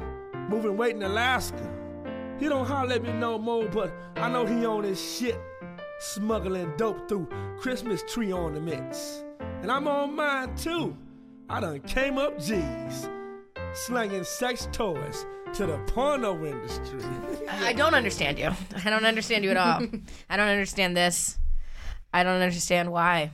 S7: moving weight in Alaska. He don't holler at me no more, but I know he on his shit. Smuggling dope through Christmas tree ornaments. And I'm on mine too. I done came up G's. Slanging sex toys to the porno industry.
S2: I don't understand you. I don't understand you at all. I don't understand this. I don't understand why.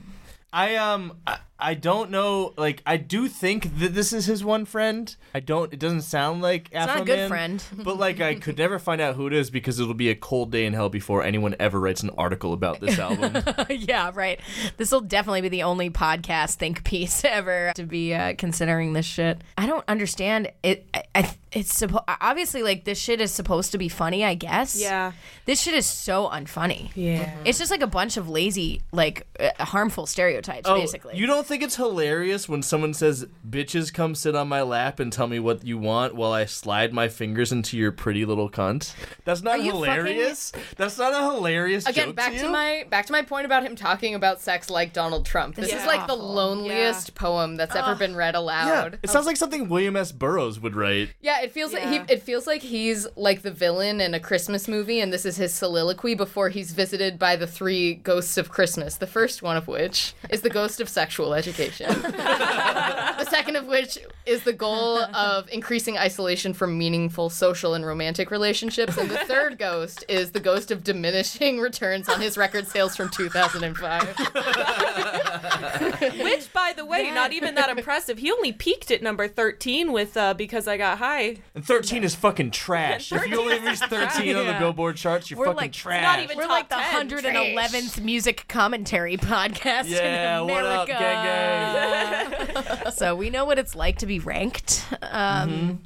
S1: I um I, I don't know like I do think that this is his one friend. I don't it doesn't sound like it's
S2: not a good friend.
S1: but like I could never find out who it is because it'll be a cold day in hell before anyone ever writes an article about this album.
S2: yeah, right. This will definitely be the only podcast think piece ever to be uh, considering this shit. I don't understand it. I, I, it's suppo- obviously like this shit is supposed to be funny, I guess.
S3: Yeah.
S2: This shit is so unfunny.
S3: Yeah.
S2: It's just like a bunch of lazy, like uh, harmful stereotypes, basically.
S1: Oh, You don't don't think it's hilarious when someone says, "Bitches, come sit on my lap and tell me what you want," while I slide my fingers into your pretty little cunt. That's not
S2: Are you
S1: hilarious. That's not a hilarious
S4: Again,
S1: joke
S4: back
S1: to,
S4: to,
S1: you?
S4: my back to my point about him talking about sex like Donald Trump. This
S2: Yeah.
S4: is like the
S2: Awful.
S4: loneliest poem that's ever been read
S1: Yeah,
S4: aloud.
S1: it sounds like something William S. Burroughs would write.
S4: Yeah, it feels
S3: Yeah.
S4: like he it feels like he's like the villain in a Christmas movie and this is his soliloquy before he's visited by the three ghosts of Christmas. The first one of which is the ghost of sexual education. the second of which is the goal of increasing isolation from meaningful social and romantic relationships and the third ghost is the ghost of diminishing returns on his record sales from 2005.
S3: Which, by the way, not even that impressive. He only peaked at number 13 with uh, Because I Got High.
S1: And thirteen is fucking trash. if you only reach thirteen on the
S2: Yeah.
S1: Billboard charts, you're
S2: We're
S1: fucking
S2: like- it's
S1: trash.
S3: not even
S2: We're
S3: top
S2: like the
S3: 10.
S2: 111th music commentary podcast
S1: yeah,
S2: in America.
S1: what up, gang gang?
S2: So we know what it's like to be ranked. Um,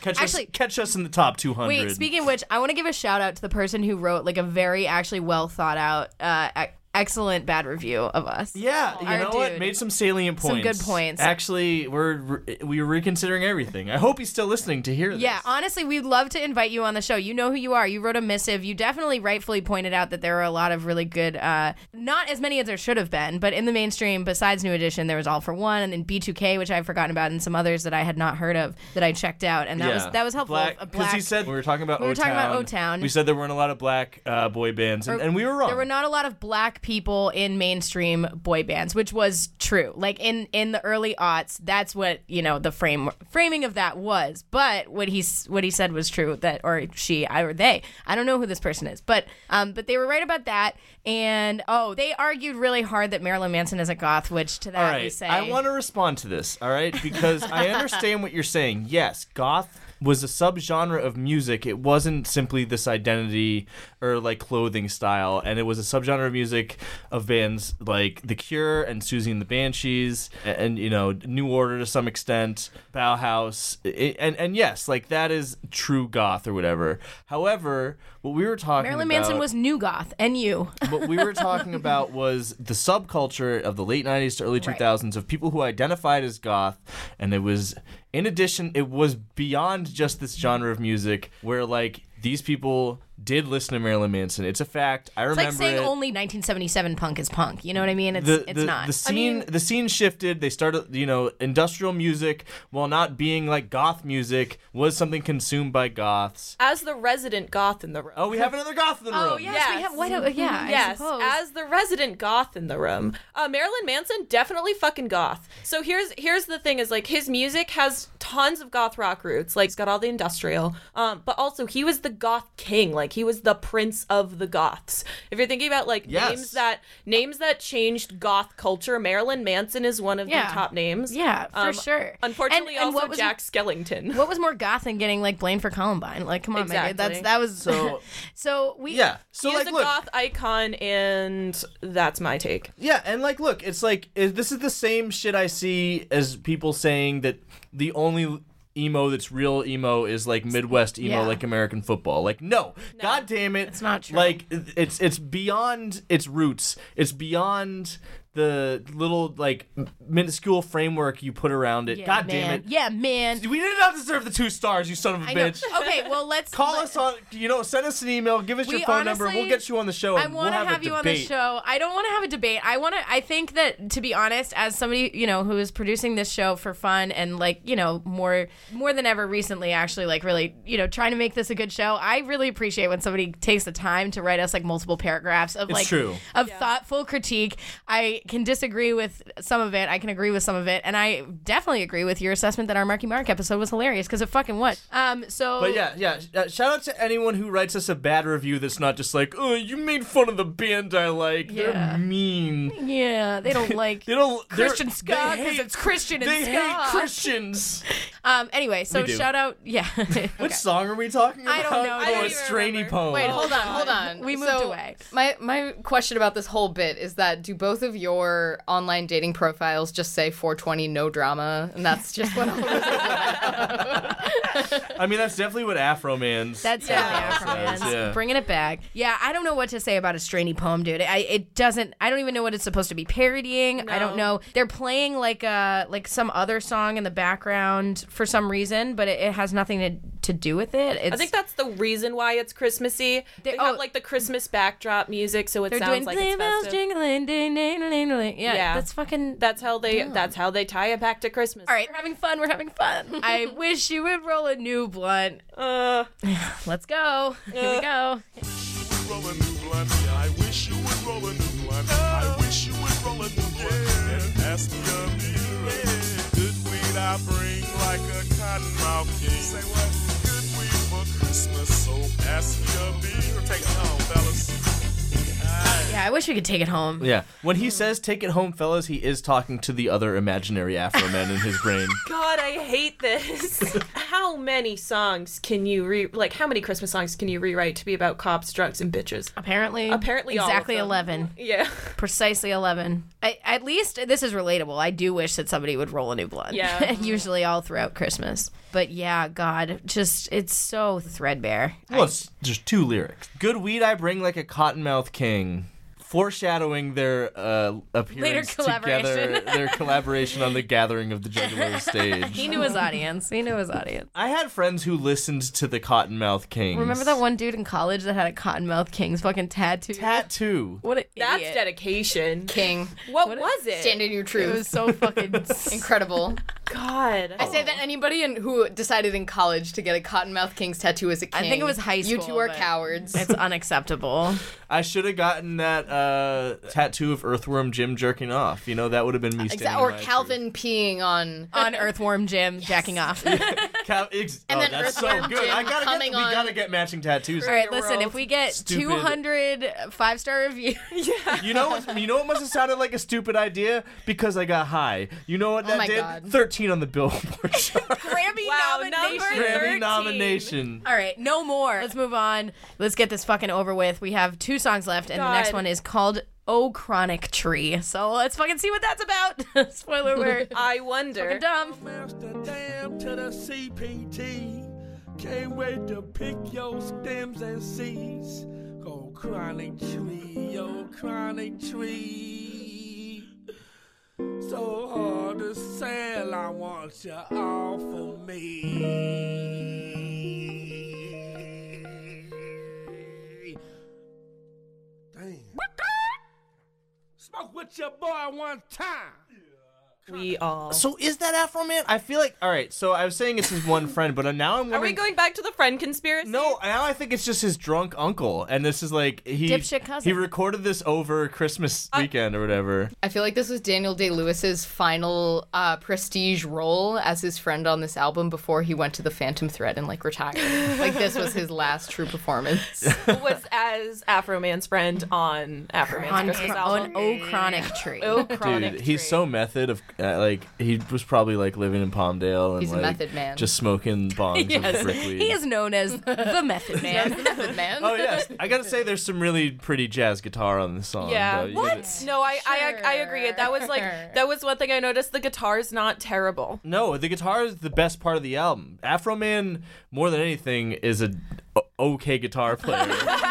S1: Catch
S2: Actually-
S1: us, catch us in the top two hundred.
S2: Wait, speaking of which, I want to give a shout out to the person who wrote like a very actually well thought out, uh, e- excellent bad review of us.
S1: Yeah, you
S2: Our
S1: know what?
S2: dude.
S1: Made some salient
S2: Some
S1: points.
S2: good points.
S1: Actually, we're we're reconsidering everything. I hope he's still listening to hear this.
S2: Yeah, honestly, we'd love to invite you on the show. You know who you are. You wrote a missive. You definitely rightfully pointed out that there are a lot of really good, uh, not as many as there should have been, but in the mainstream, besides New Edition, there was All for One and then B2K, which I've forgotten about, and some others that I had not heard of that I checked out, and that was that was helpful. A
S1: Because he
S2: black-
S1: said we were talking about
S2: we were
S1: O-Town.
S2: talking about O-Town.
S1: We said there weren't a lot of black uh, boy bands, and,
S2: Or-
S1: and we were wrong.
S2: There were not a lot of black people in mainstream boy bands, which was true. Like in in the early aughts, that's what you know the frame framing of that was. But what he s- what he said was true that or she I or they I don't know who this person is, but um but they were right about that. And oh, they argued really hard that Marilyn Manson is a goth, which to that
S1: all
S2: we
S1: right,
S2: say
S1: I want to respond to this. All right, because I understand what you're saying. Yes, goth was a subgenre of music. It wasn't simply this identity or like clothing style, and it was a subgenre of music of bands like The Cure and Susie and the Banshees, and, and you know New Order to some extent, Bauhaus, I- and and yes, like that is true goth or whatever. However, what we were talking
S2: Marilyn
S1: about,
S2: Manson was new goth, and you.
S1: what we were talking about was the subculture of the late 90s to early 2000s of people who identified as goth and it was in addition it was beyond just this genre of music where like these people did listen to Marilyn Manson it's a fact i
S2: It's
S1: remember
S2: like saying
S1: it.
S2: only 1977 punk is punk. You know what I mean? It's
S1: the,
S2: it's
S1: the,
S2: not.
S1: the scene the scene shifted they started you know industrial music while not being like goth music was something consumed by goths
S3: As the resident goth in the room.
S1: oh we have another goth in the room
S2: yes,
S3: Yes.
S2: we have. Why do, yeah, I
S3: Yes,
S2: suppose.
S3: as the resident goth in the room, uh, Marilyn Manson definitely fucking goth. So here's here's the thing: is like his music has tons of goth rock roots. Like he's got all the industrial, um, but also he was the goth king. Like he was the prince of the goths. If you're thinking about like
S1: Yes.
S3: names that names that changed goth culture, Marilyn Manson is one of
S2: Yeah.
S3: the top names.
S2: Yeah, for
S3: Um,
S2: sure.
S3: Unfortunately,
S2: And- and
S3: also
S2: what was-
S3: Jack Skellington.
S2: What was more goth than getting like blamed for Columbine? Like, come on, man.
S3: Exactly.
S2: That's that was
S1: So-
S2: so. we
S1: yeah so
S3: he
S1: like
S3: is a
S1: look
S3: goth icon, and that's my take.
S1: Yeah, and like, look, it's like it, this is the same shit I see as people saying that the only emo that's real emo is like Midwest emo,
S2: Yeah.
S1: like American football. Like, no, god damn it, it's
S2: not true.
S1: Like, it- it's it's beyond its roots. It's beyond the little like m- minuscule framework you put around it.
S2: Yeah,
S1: god
S2: man.
S1: damn it,
S2: Yeah, man.
S1: we did not deserve the two stars, you son of a
S2: I know.
S1: bitch.
S2: Okay, well let's
S1: Call
S2: let-
S1: us on, you know, send us an email, give us
S2: We
S1: your phone number,
S2: honestly-
S1: we'll get you on the show.
S2: I
S1: and we'll
S2: want to
S1: have,
S2: have,
S1: a
S2: you on the
S1: debate.
S2: show. I don't want to have a debate. I want to. I think that to be honest, as somebody you know who is producing this show for fun and like you know more more than ever recently, actually like really you know trying to make this a good show. I really appreciate when somebody takes the time to write us like multiple paragraphs of
S1: It's
S2: like
S1: true.
S2: of thoughtful critique. I can disagree with some of it. I can agree with some of it, and I definitely agree with your assessment that our Marky Mark episode was hilarious because it fucking was. Um. So
S1: But yeah, yeah. sh- Uh, shout out to anyone who writes us a bad review that's not just like, "Oh, you made fun of the band I like.
S2: Yeah.
S1: They're mean.
S2: Yeah, they don't like
S1: They don't they're-
S2: Christian ska
S1: they
S2: 'cause
S1: hate-
S2: it's Christian and
S1: They
S2: ska.
S1: hate Christians."
S2: Um. Anyway, so
S1: We do.
S2: shout out. Yeah. Okay.
S1: Which song are we talking about?
S2: I don't know. I
S1: Oh,
S2: don't
S1: it's
S3: even
S1: Strainy
S3: remember.
S1: Poem.
S4: Wait, hold on, hold on.
S2: uh, We moved
S4: So,
S2: away.
S4: My my question about this whole bit is that do both of your your online dating profiles just say 420 no drama, and that's just what all this is
S1: I mean, that's definitely what Afro Man's.
S2: That's
S1: Yeah.
S2: definitely Afro
S1: Yeah.
S2: Man's.
S1: Yeah.
S2: Bringing it back. Yeah, I don't know what to say about a strainy poem, dude. I it doesn't. I don't even know what it's supposed to be parodying. I don't know. They're playing like uh like some other song in the background for some reason, but it, it has nothing to to do with it. It's,
S3: I think that's the reason why it's Christmassy. They,
S2: They-
S3: have
S2: oh.
S3: like the Christmas backdrop music, so it
S2: they're
S3: sounds
S2: doing
S3: like
S2: "Sleigh
S3: it's
S2: bells
S3: festive.
S2: jingling, ding ding ding ding. Yeah,
S3: Yeah.
S2: that's fucking.
S3: That's how they. That's how they tie it back to Christmas.
S2: all right, we're having fun. We're having fun. I wish you would roll a new blunt.
S3: Uh,
S2: Let's go. Here we go.
S5: roll a new blunt. I wish you would roll a new blunt. I wish you would roll a new blunt. And pass me a beer. Good weed I bring like a cottonmouth king. Say what? Good weed for Christmas, so pass me a beer. Take it home, fellas.
S2: Yeah, I wish we could take it home.
S1: Yeah. When he says "take it home, fellas," he is talking to the other imaginary Afro man in his brain.
S3: God, I hate this. how many songs can you re? Like, how many Christmas songs can you rewrite to be about cops, drugs, and bitches?
S2: Apparently,
S3: Apparently all of
S2: exactly
S3: them.
S2: eleven.
S3: Yeah.
S2: precisely 11 I, at least this is relatable i do wish that somebody would roll a new blunt
S3: Yeah.
S2: usually all throughout christmas but yeah god just it's so threadbare
S1: Well, it's just two lyrics. Good weed I bring like a cottonmouth king. Foreshadowing their uh, appearance together,
S2: collaboration.
S1: their collaboration on the Gathering of the Jugglers
S2: he
S1: stage.
S2: knew his audience he knew his audience
S1: I had friends who listened to the Cottonmouth Kings.
S2: remember that one dude in college that had a cottonmouth king's fucking tattoo
S1: tattoo?
S2: what an
S3: That's
S2: idiot.
S3: dedication.
S4: King.
S3: What, was it?
S4: Stand in your
S2: it
S4: truth.
S2: was so fucking
S4: Incredible.
S3: God.
S4: I say that anybody in, who decided in college to get a Cottonmouth King's tattoo as a king.
S2: I think it was high
S4: You two
S2: school,
S4: are
S2: but-
S4: cowards.
S2: it's unacceptable
S1: I should have gotten that uh, tattoo of Earthworm Jim jerking off. You know, that would have been me standing
S4: Exa- or
S1: in my
S4: Calvin peeing on.
S2: on earthworm jim jacking off
S1: truth. Cal- ex-
S4: And
S1: oh,
S4: then
S1: that's so
S4: Earthworm
S1: good.
S4: Jim
S1: I gotta get,
S4: coming
S1: we
S4: on-
S1: gotta get matching tattoos.
S2: all right listen if we get
S1: Stupid.
S2: 200 five star reviews
S1: You know what? You know what must have sounded like a stupid idea because I got high. You know what that
S4: my
S1: did?
S4: God.
S1: Thirteen on the Billboard chart.
S2: grammy
S3: Wow,
S2: nomination
S3: number
S1: Grammy
S3: 13.
S1: nomination.
S2: All right, no more. Let's move on. Let's get this fucking over with. We have two songs left, and the next
S3: God.
S2: one is called "Oh Chronic Tree." So let's fucking see what that's about. Spoiler alert.
S3: I wonder.
S2: fucking dumb.
S7: Amsterdam to the CPT. Can't wait to pick your stems and seeds. Oh, chronic tree, oh, chronic tree. So hard to sell, I want you all for me. Damn. Smoke with your boy one time.
S3: We all.
S1: So is that Afro Man? I feel like all right. So I was saying it's his one friend, but now I'm
S3: Are we
S1: wondering.
S3: going back to the friend conspiracy?
S1: no, now I think it's just his drunk uncle, and this is like he
S2: Dipshit cousin.
S1: he recorded this over Christmas weekend or whatever.
S4: I feel like this was Daniel Day Lewis's final uh, prestige role as his friend on this album before he went to the Phantom Thread and like retired. like this was his last true performance.
S3: was as Afro Man's friend on Afro Man's
S2: On,
S3: Christmas
S2: on
S3: album.
S2: "Oh Chronic Tree."
S3: Oh, chronic
S1: Dude, he's
S3: tree.
S1: so method of uh, like he was probably like living in Palmdale and
S4: He's a
S1: like
S4: method man.
S1: just smoking bongs
S2: Yes.
S1: of brickweed.
S2: He is known as the Method Man.
S4: Method Man.
S1: Oh yes, I gotta say there's some really pretty jazz guitar on this song.
S3: Yeah.
S1: though. You gotta-
S3: No, I, I I agree. That was like that was one thing I noticed. The guitar's not terrible.
S1: no, the guitar is the best part of the album. Afro Man, more than anything, is a o- okay guitar player.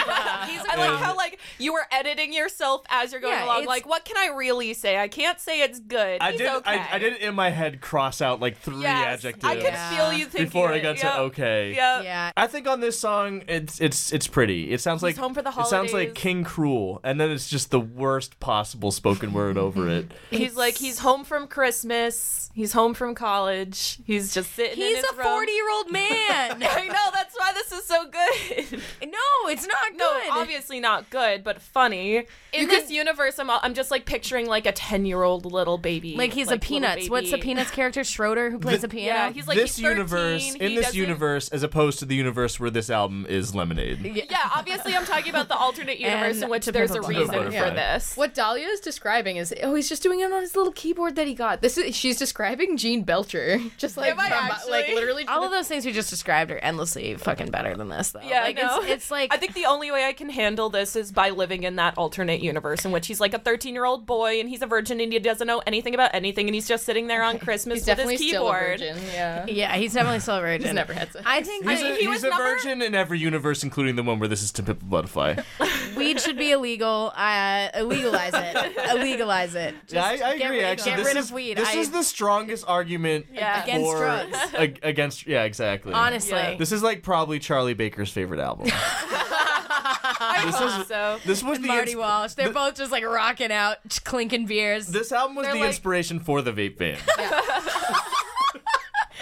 S3: I like how like you were editing yourself as you're going
S2: Yeah,
S3: along.
S2: it's-
S3: Like, what can I really say? I can't say it's good.
S1: I
S3: He's
S1: did.
S3: Okay.
S1: I, I did in my head cross out like three
S3: Yes,
S1: adjectives
S3: I could
S2: Yeah.
S3: feel you thinking
S1: before I
S3: it.
S1: got
S3: Yep.
S1: to okay.
S3: Yep.
S2: yeah,
S1: I think on this song, it's it's it's pretty. It sounds like
S3: home for the
S1: It sounds like
S3: holidays.
S1: King Cruel, and then it's just the worst possible spoken word over it.
S3: He's like he's home from Christmas. He's home from college. He's just sitting. in
S2: he's
S3: his
S2: a
S3: room.
S2: forty-year-old man.
S3: I know that's why this is so good.
S2: no, it's not good.
S3: No, obviously not good, but funny. In this universe, I'm I'm just like picturing like a ten year old little baby.
S2: Like he's a
S3: little
S2: peanuts. What's the
S3: baby.
S2: peanuts character? Schroeder, who plays the, piano.
S3: Yeah, he's like
S1: this
S3: he's 13,
S1: universe,
S3: he
S1: in this
S3: doesn't-
S1: universe, as opposed to the universe where this album is Lemonade.
S3: Yeah, obviously, I'm talking about the alternate universe
S2: And
S3: in which
S2: To
S3: there's a
S2: Pimp a
S3: reason
S1: Butterfly.
S3: for this.
S4: What Dahlia is describing is oh he's just doing it on his little keyboard that he got. This is she's describing Gene Belcher. Just like
S3: Am I
S4: from-
S3: actually?
S4: like literally
S2: all of those things we just described are endlessly fucking better than this, though.
S3: Yeah,
S2: like
S3: I know.
S2: It's, it's like
S3: I think the only way I can handle this is by living in that alternate universe in which he's like a 13 year old boy and he's a virgin and he doesn't know anything about anything and he's just sitting there on Christmas
S4: He's
S3: with
S4: definitely
S3: his
S4: still a
S3: keyboard.
S4: virgin. Yeah.
S2: Yeah, he's definitely still a virgin.
S4: He's never had sex.
S2: I think
S1: He's
S2: that
S1: a,
S3: he
S1: he's
S3: was
S1: a
S3: number-
S1: virgin in every universe, including the one where this is to Pimp a Butterfly.
S2: weed should be illegal. Uh, illegalize it. illegalize it. Just
S1: Yeah, I, I
S2: get
S1: agree.
S2: Rid,
S1: actually,
S2: get
S1: this
S2: rid
S1: is,
S2: of weed.
S1: This
S2: I,
S1: is the strongest argument
S3: Yeah.
S2: Against
S1: for-
S2: drugs.
S1: ag- against, yeah, exactly.
S2: honestly.
S3: Yeah.
S1: this is like probably Charlie Baker's favorite album. this is
S3: so
S1: this was the
S2: Marty
S1: ins-
S2: Walsh. They're both just like rocking out, clinking beers.
S1: this album was
S3: They're
S1: the
S3: like-
S1: inspiration for the vape ban.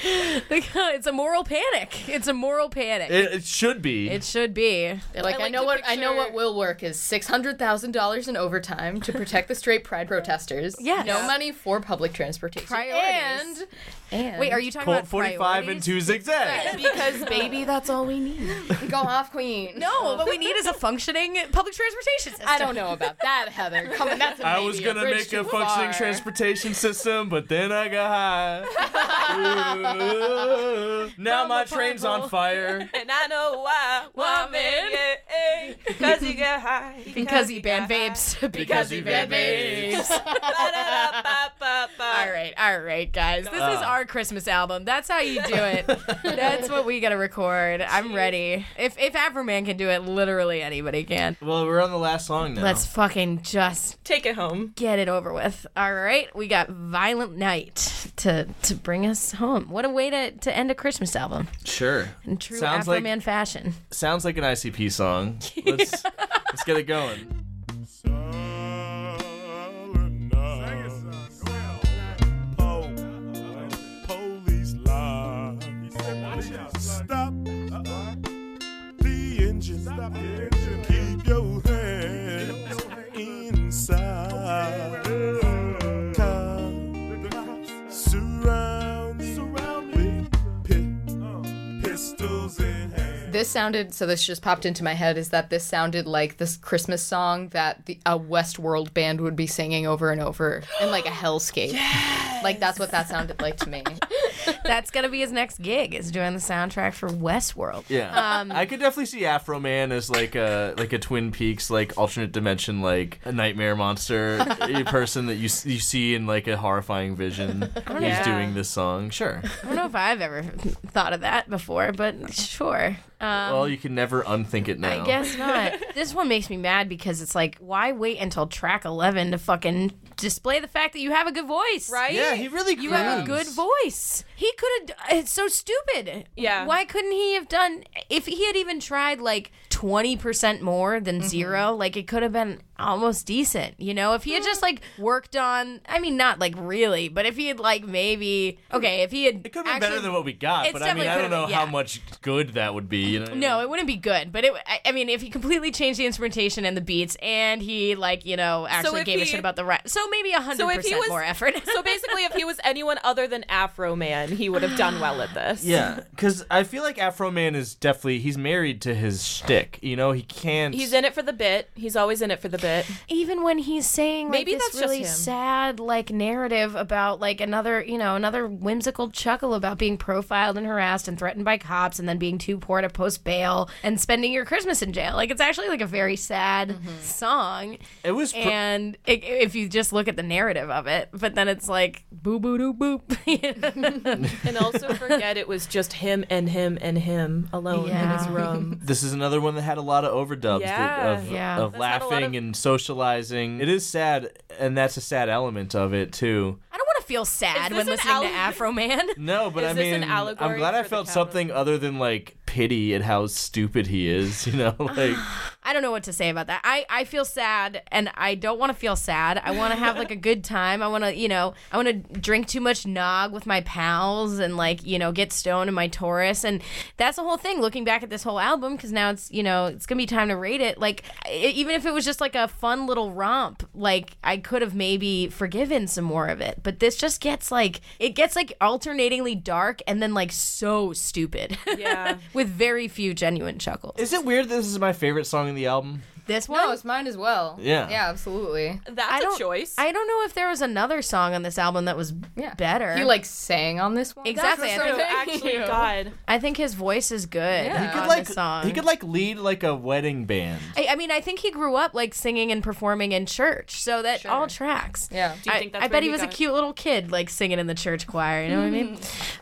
S2: it's a moral panic. It's a moral panic. It,
S1: it, it should be.
S2: should be.
S4: They're like, I,
S3: I like
S4: know
S3: to
S4: what I know what
S3: picture-
S4: will work is six hundred thousand dollars in overtime to protect the straight pride protesters.
S2: Yes.
S4: No money for public transportation.
S2: Priorities.
S4: And, and
S2: Wait, are you talking
S1: Colt
S2: about
S1: 45 and
S2: priorities?
S1: two zigzags.
S3: because baby, that's all we need.
S4: go off, queen?
S2: No, what we need is a functioning public transportation system.
S4: I don't know about that, Heather. Come on, that's a
S1: I
S4: maybe,
S1: was
S4: a
S1: gonna
S4: bridge
S1: make
S4: too
S1: a functioning
S4: far.
S1: transportation system, but then I got high. Ooh, now my train's on fire.
S3: And I know why, woman. Because he got high.
S2: Because he banned
S3: got high.
S2: vapes.
S1: Because he banned vapes.
S3: Ba-da-da-ba-ba-ba.
S2: All right, all right, guys. This
S1: Uh.
S2: is our Christmas album. That's how you do it. That's what we gotta record. I'm ready. If if Afroman can do it, literally anybody can.
S1: Well, we're on the last song now.
S2: Let's fucking just
S3: Take it home.
S2: get it over with. All right, we got Violent Night to to bring us home. What a way to, to end a Christmas album
S1: sure.
S2: in true
S1: Sounds
S2: Afro
S1: like-
S2: Man fashion.
S1: Sounds like an ICP song. Let's let's get it going.
S5: Silent night. Po- Police lie. Stop the engine. Keep your hands inside. Cops surround me with pi- pistols in hand.
S4: This sounded so. This just popped into my head. Is that this sounded like this Christmas song that the a Westworld band would be singing over and over in like a hellscape? Like that's what that sounded like to me.
S2: That's gonna be his next gig is doing the soundtrack for Westworld.
S1: Yeah,
S2: Um,
S1: I could definitely see Afro Man as like a like a Twin Peaks like alternate dimension like a nightmare monster a person that you s- you see in like a horrifying vision. He's doing this song. Sure.
S2: I don't know if I've ever thought of that before, but sure. Um,
S1: well, you can never unthink it now.
S2: I guess not. this one makes me mad because it's like, why wait until track 11 to fucking display the fact that you have a good voice?
S3: Right?
S1: Yeah, he really
S2: You have a good
S1: croons.
S2: voice. He could have. It's so stupid.
S3: Yeah.
S2: Why couldn't he have done. If he had even tried like 20% more than
S3: Mm-hmm.
S2: zero, like it could have been almost decent. You know, if he had
S3: Mm.
S2: just like worked on. I mean, not like really, but if he had like maybe. Okay, if he had.
S1: It could be better
S2: actually-
S1: than what we got,
S2: it's
S1: but I mean,
S2: definitely
S1: I don't
S2: could've
S1: know
S2: been-
S1: how
S2: yeah.
S1: much good that would be. You know?
S2: No, it wouldn't be good. But it, I, I mean, if he completely changed the instrumentation and the beats, and he like you know actually
S3: if
S2: gave a
S3: he-
S2: shit about the rest, so maybe hundred
S3: So if he
S2: percent
S3: was
S2: more effort.
S3: so basically, if he was anyone other than Afro Man, he would have done well at this.
S1: Yeah, because I feel like Afro Man is definitely he's married to his shtick. You know, he can't.
S3: He's in it for the bit. He's always in it for the bit.
S2: even when he's saying like,
S3: Maybe
S2: this
S3: that's just
S2: really
S3: him.
S2: sad like narrative about like another you know another whimsical chuckle about being profiled and harassed and threatened by cops and then being too poor to post bail and spending your Christmas in jail. Like it's actually like a very sad
S3: Mm-hmm.
S2: song.
S1: It was. Pr-
S2: and i if you just look at the narrative of it, but then it's like boo boo doo boop.
S3: And also forget it was just him and him and him alone in his
S2: Yeah.
S3: room.
S1: this is another one that had a lot of overdubs
S3: Yeah.
S1: that, of,
S2: Yeah.
S1: of
S3: That's had a lot
S1: laughing
S3: of-
S1: and socializing. It is sad, and that's a sad element of it too.
S2: I don't want to feel sad
S3: Is
S2: when
S3: this
S2: listening
S3: an
S2: to
S3: al-
S2: Afro Man.
S1: No, but
S3: Is
S1: I
S3: this
S1: mean,
S3: an
S1: I'm
S3: allegory
S1: glad I
S3: for the
S1: felt
S3: capital?
S1: something other than like pity at how stupid he is. You know, like
S2: I don't know what to say about that. I, I feel sad and I don't want to feel sad. I want to have like a good time. I want to, you know, I want to drink too much nog with my pals and like, you know, get stoned in my Taurus. And that's the whole thing looking back at this whole album because now it's, you know, it's going to be time to rate it. Like, I- even if it was just like a fun little romp, like I could have maybe forgiven some more of it. But this just gets like, it gets like alternatingly dark and then like so stupid.
S3: Yeah.
S2: with very few genuine chuckles.
S1: is it weird that this is my favorite song in the album?
S2: This one?
S4: No, it's mine as well.
S1: Yeah.
S4: Yeah, absolutely.
S3: That's
S2: I
S3: a
S2: don't,
S3: choice.
S2: I don't know if there was another song on this album that was
S4: Yeah.
S2: better.
S4: He like sang on this one.
S2: Exactly,
S4: That's
S2: I
S4: what's
S3: So
S2: think-
S4: so
S3: actually,
S4: funny.
S3: God.
S2: I think his voice is good
S4: Yeah. He
S2: uh,
S4: could,
S2: on
S1: like
S2: this song.
S1: he could like lead like a wedding band.
S2: I, I mean, I think he grew up like singing and performing in church, so that all tracks.
S4: Yeah. Do
S3: you
S2: I,
S3: think that's
S2: I
S3: where
S2: bet he
S3: he
S2: was a
S3: got it?
S2: cute little kid, like singing in the church choir. You know what I mean?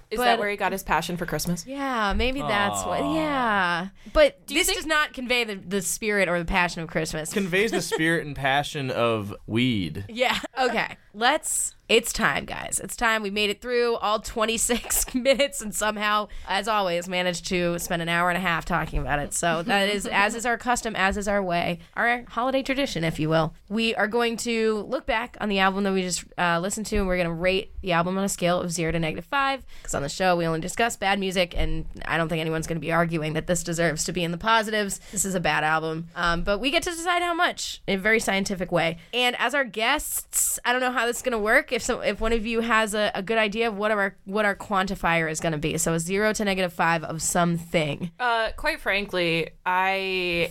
S3: Is
S2: But-
S3: that where he got his passion for Christmas?
S2: Yeah, maybe that's what. Yeah, but
S3: you
S2: this
S3: think-
S2: does not convey the, the spirit or the passion of Christmas.
S1: Conveys the spirit and passion of weed.
S2: yeah. Okay. Let's. It's time, guys. It's time. We made it through all 26 minutes and somehow, as always, managed to spend an hour and a half talking about it. So that is, as is our custom, as is our way, our holiday tradition, if you will. We are going to look back on the album that we just uh, listened to and we're going to rate the album on a scale of zero to negative five. Because on the show, we only discuss bad music, and I don't think anyone's going to be arguing that this deserves to be in the positives. This is a bad album. Um, but we get to decide how much in a very scientific way. And as our guests, I don't know how this is going to work. If some, if one of you has a, a good idea of what our what our quantifier is going to be, so a zero to negative five of something,
S3: Uh, quite frankly, I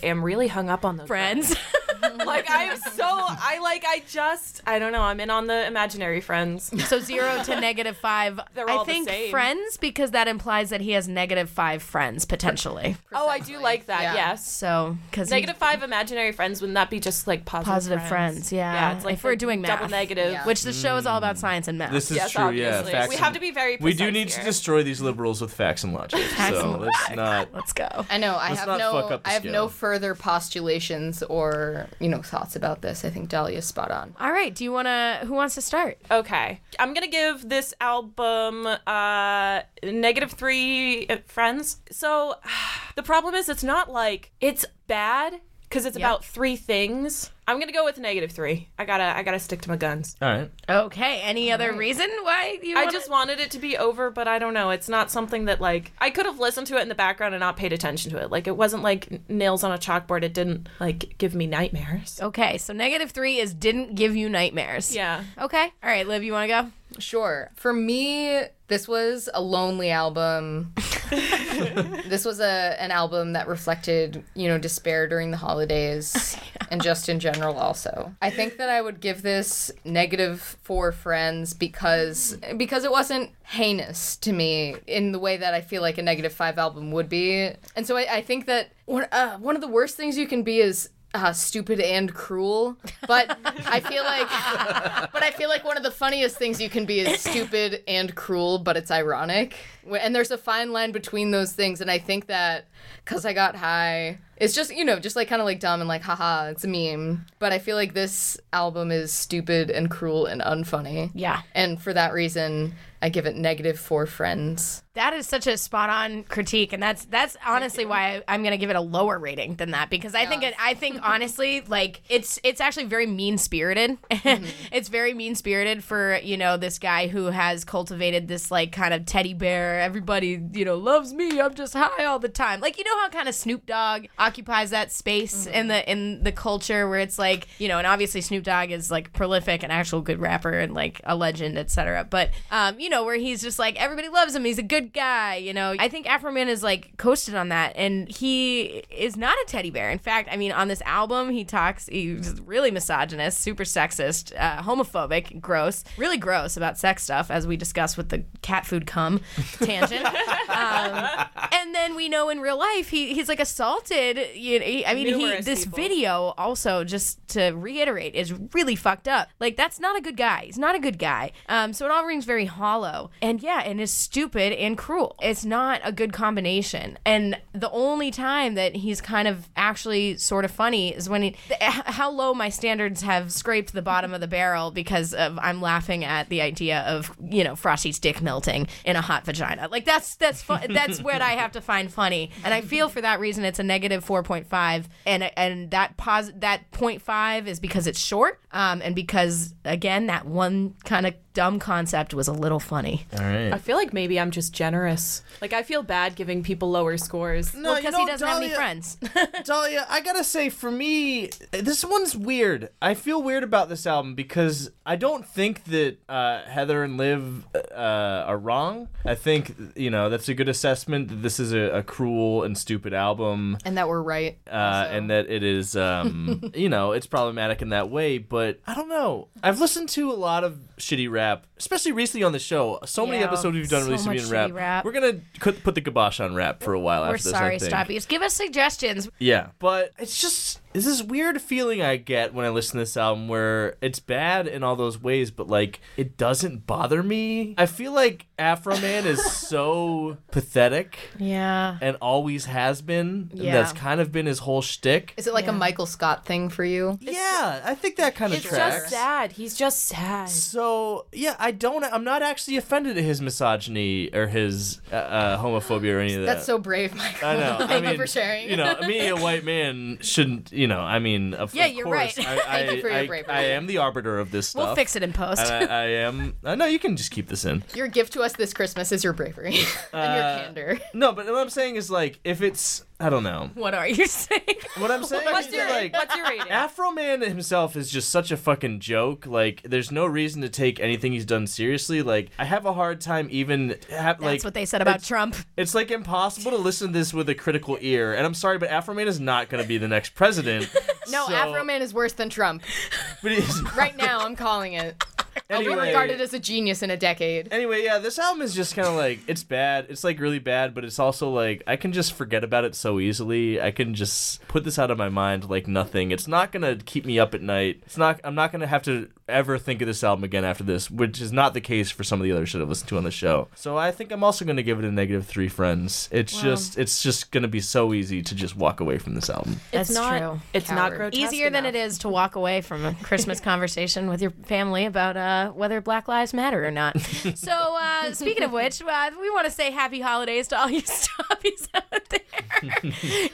S3: am really hung up on those
S2: friends.
S3: like I am so I like I just I don't know I'm in on the imaginary friends.
S2: so zero to negative five.
S3: They're
S2: I
S3: all the
S2: think
S3: same.
S2: friends because that implies that he has negative five friends potentially.
S3: Oh, I do like that.
S4: Yeah.
S3: Yes.
S2: So because
S3: Negative five imaginary friends wouldn't that be just like positive,
S2: positive friends. yeah.
S3: Yeah, it's like
S2: if we're
S3: the
S2: doing math,
S3: double negative.
S4: Yeah.
S2: which the show is all about science and math.
S1: This is
S3: Yes,
S1: true.
S3: obviously.
S1: Yeah, facts
S3: We
S1: and-
S3: have to be very
S1: We do
S3: precise
S1: need to
S3: here.
S1: destroy these liberals with facts and logic.
S2: Facts
S1: so
S2: and
S1: let's not.
S2: Let's go.
S4: I know. I
S1: Let's
S4: have
S1: not
S4: no.
S1: fuck up the
S4: I have
S1: scale.
S4: no further postulations or you know thoughts about this. I think Dahlia's spot on.
S2: All right. Do you want to? Who wants to start?
S3: Okay, I'm gonna give this album uh negative three uh, friends. So the problem is it's not like it's bad because it's about three things. I'm gonna go with negative three. I gotta I gotta stick to my guns.
S1: All right.
S2: Okay. Any other reason why you?
S3: I
S2: wanna-
S3: just wanted it to be over, but I don't know. It's not something that like I could have listened to it in the background and not paid attention to it. Like it wasn't like n- nails on a chalkboard. It didn't like give me nightmares.
S2: Okay. So negative three is didn't give you nightmares.
S3: Yeah.
S2: Okay. All right, Liv. You want to go?
S4: Sure. For me, this was a lonely album. this was a an album that reflected, you know, despair during the holidays and just in general also. I think that I would give this negative 4 friends because because it wasn't heinous to me in the way that I feel like a negative 5 album would be. And so I, I think that one, uh, one of the worst things you can be is uh, stupid and cruel, but I feel like, but I feel like one of the funniest things you can be is stupid and cruel, but it's ironic. Wh- And there's a fine line between those things, and I think that because I got high, it's just you know just like kind of like dumb and like haha, it's a meme. But I feel like this album is stupid and cruel and unfunny.
S2: Yeah.
S4: And for that reason, I give it negative four friends.
S2: That is such a spot on critique, and that's that's honestly why I, am going to give it a lower rating than that because I think it, I think honestly, like it's it's actually very mean spirited. it's very mean spirited for you know this guy who has cultivated this like kind of teddy bear. Everybody you know loves me. I'm just high all the time. Like you know how kind of Snoop Dogg occupies that space in the in the culture where it's like you know, and obviously Snoop Dogg is like prolific, an actual good rapper, and like a legend, etc. But um, you know, where he's just like everybody loves him. He's a good guy. You know, I think Afroman is like coasted on that, and he is not a teddy bear. In fact, I mean, on this album, he talks. He's really misogynist, super sexist, uh, homophobic, gross, really gross about sex stuff, as we discussed with the cat food cum tangent. um, and then we know in real life he he's like assaulted. You know, he- I mean, he
S3: Numerous
S2: this
S3: people.
S2: video video also just to reiterate is really fucked up like that's not a good guy he's not a good guy um, so it all rings very hollow and yeah and it's stupid and cruel it's not a good combination and the only time that he's kind of actually sort of funny is when he th- how low my standards have scraped the bottom of the barrel because of i'm laughing at the idea of you know frosty's dick melting in a hot vagina like that's that's fun that's what i have to find funny and i feel for that reason it's a negative 4.5 and and that pos- that 0.5 is because it's short um, and because again that one kind of dumb concept was a little funny
S1: All right.
S3: I feel like maybe I'm just generous. Like I feel bad giving people lower scores.
S1: No,
S2: because he doesn't have any friends
S1: Dahlia, I gotta say, for me, this one's weird. I feel weird about this album because I don't think that uh, Heather and Liv uh, are wrong. I think you know that's a good assessment that this is a, a cruel and stupid album.
S4: And that we're or right.
S1: uh, and that it is, um, you know, it's problematic in that way. But I don't know. I've listened to a lot of shitty rap, especially recently on the show. So many
S2: Yeah,
S1: episodes we've done
S2: so
S1: released to be
S2: much
S1: in rap.
S2: shitty rap.
S1: We're gonna c- put the kibosh on rap for a while
S2: We're
S1: after this. I
S2: sorry,
S1: think.
S2: Stoppies. Give us suggestions.
S1: Yeah, but it's just it's this weird feeling I get when I listen to this album where it's bad in all those ways, but like it doesn't bother me. I feel like Afro Man is so pathetic
S2: Yeah.
S1: and always has been. And
S2: Yeah.
S1: that's kind of been his whole shtick.
S4: Is it like a Michael Scott thing for you?
S1: yeah, I think that kind of
S3: It's
S1: tracks.
S3: just sad. He's just sad.
S1: So yeah, I don't. I'm not actually offended at his misogyny or his uh, uh, homophobia or any of that.
S4: That's so brave, Michael.
S1: I know.
S4: Thank
S1: I mean,
S4: you for sharing.
S1: You know, me, a white man, shouldn't. You know, I mean, of,
S2: Yeah,
S1: of
S2: you're
S1: course,
S2: right.
S1: I, I,
S4: Thank you for your
S1: I-
S4: bravery.
S1: I am the arbiter of this stuff.
S2: We'll fix it in post.
S1: And I, I am. Uh, no, you can just keep this in.
S4: Your gift to us this Christmas is your bravery and your
S1: Uh,
S4: candor.
S1: No, but what I'm saying is like, if it's, I don't know.
S2: what are you saying?
S1: What I'm saying
S3: What's
S1: is
S3: your
S1: that, like,
S3: What's your rating?
S1: Afro Man himself is just such a fucking joke. Like, there's no reason to take anything he's done seriously. Like, I have a hard time even have like.
S2: That's what they said about Trump.
S1: It's like impossible to listen to this with a critical ear. And I'm sorry, but Afro Man is not going to be the next president.
S4: No,
S1: so-
S4: Afro Man is worse than Trump.
S1: But he's
S4: Right now, I'm calling it.
S1: anyway,
S4: I'll be regarded as a genius in a decade.
S1: anyway, yeah, this album is just kind of like it's bad. It's like really bad, but it's also like I can just forget about it so easily. I can just put this out of my mind like nothing. It's not gonna keep me up at night. It's not. I'm not gonna have to ever think of this album again after this, which is not the case for some of the other shit I've listened to on the show. So I think I'm also gonna give it a negative three friends. It's just it's just gonna be so easy to just walk away from this album.
S2: That's
S3: not,
S2: true.
S3: It's not
S4: Coward.
S3: grotesque
S2: Easier than
S3: enough.
S2: it is to walk away from a Christmas conversation with your family about uh, whether Black Lives Matter or not. so, uh, speaking of which, uh, we want to say happy holidays to all you stoppies out there.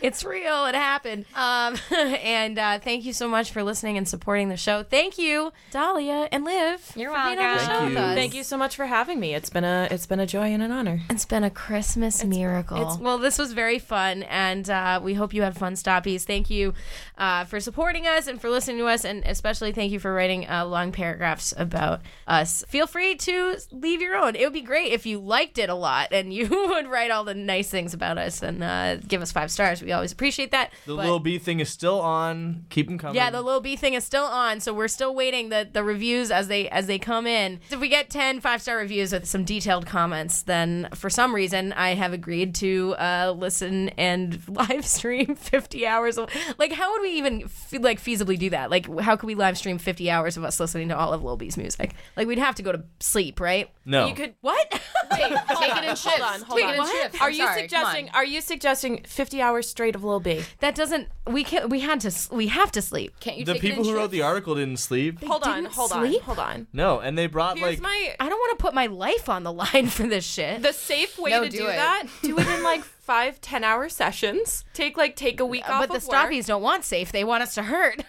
S2: it's real, it happened. Um, and uh, thank you so much for listening and supporting the show. Thank you, Dahlia and Liv.
S4: You're
S2: for being on the
S4: welcome.
S2: show
S1: Thank
S2: with
S1: you.
S2: us.
S3: Thank you so much for having me. It's been a it's been a joy and an honor.
S2: It's been a Christmas miracle. well, this was very fun, and uh, we hope you had fun, Stoppies. Thank you uh, for supporting us and for listening to us, and especially thank you for writing uh, long paragraphs about us. Feel free to leave your own. It would be great if you liked it a lot and you would write all the nice things about us and uh, give us five stars. We always appreciate that.
S1: The
S2: But-
S1: little B thing is still on. Keep them coming.
S2: yeah, the little B thing is still on, so we're still waiting the, the reviews as they as they come in. If we get 10 five-star reviews with some detailed comments, then for some reason I have agreed to uh, listen and live stream 50 hours of like how would we even fe- like feasibly do that? Like how could we live stream 50 hours of us listening to all of Lil B's music? Like we'd have to go to sleep, right?
S1: no.
S3: You could
S2: What?
S4: Take it in shifts.
S3: hold on, hold
S4: Take
S3: on.
S4: it in shifts.
S3: Are
S4: I'm
S3: you
S4: sorry, come on.
S3: suggesting are you suggesting 50 hours straight of Lil B?
S2: that doesn't we can't we had to s- we have to sleep.
S4: Can't you
S1: the
S4: take it in
S1: people who wrote the
S4: shifts?
S1: article didn't sleep.
S3: Hold on,
S2: didn't
S3: hold
S2: sleep?
S3: on, hold on.
S1: No, and they brought
S3: Here's
S1: like
S3: my
S2: I don't want to put my life on the line for this shit.
S3: the safe way
S4: No,
S3: to do,
S4: do it.
S3: that. Do it in like five, ten hour sessions. Take like take a week off.
S2: but the
S3: of work.
S2: stoppies don't want safe. They want us to hurt.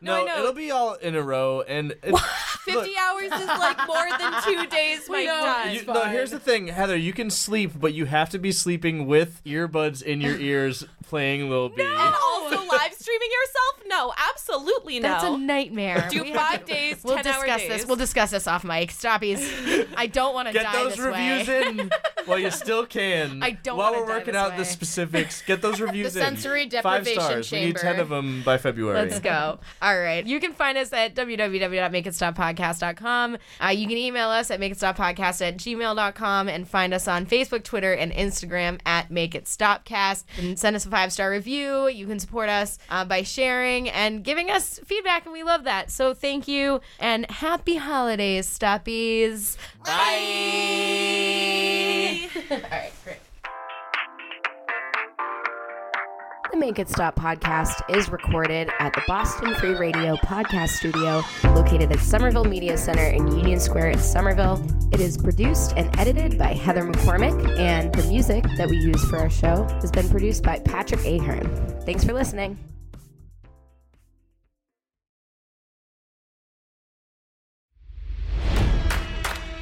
S1: No,
S3: I know.
S1: it'll be all in a row, and it's,
S3: 50 hours is like more than two days, my God.
S1: you, no. Here's the thing, Heather. You can sleep, but you have to be sleeping with earbuds in your ears, playing Lil B.
S3: and also live streaming yourself? No, absolutely no.
S2: That's a nightmare.
S3: do
S2: We have
S3: five
S2: to-
S3: days,
S2: We'll
S3: 10 hour
S2: discuss
S3: days.
S2: this. We'll discuss this off mic. Stoppies. I don't want to
S1: Get
S2: die
S1: those
S2: this
S1: reviews
S2: way.
S1: in while you still can.
S2: I don't
S1: While
S2: wanna
S1: we're
S2: die
S1: working
S2: this
S1: out
S2: way.
S1: the specifics, get those reviews in.
S4: sensory deprivation
S1: Five stars. We need
S4: chamber.
S1: ten of them by February.
S2: Let's go. All right. You can find us at www.makeitstoppodcast.com. Uh, you can email us at makeitstoppodcast at gmail.com and find us on Facebook, Twitter, and Instagram at Make It Stopcast.
S1: Mm-hmm.
S2: And send us a five star review. You can support us uh, by sharing and giving us feedback, and we love that. So thank you and happy holidays, Stoppies.
S8: The Make It Stop podcast is recorded at the Boston Free Radio podcast studio located at Somerville Media Center in Union Square in Somerville. It is produced and edited by Heather McCormick, and the music that we use for our show has been produced by Patrick Ahern. Thanks for listening.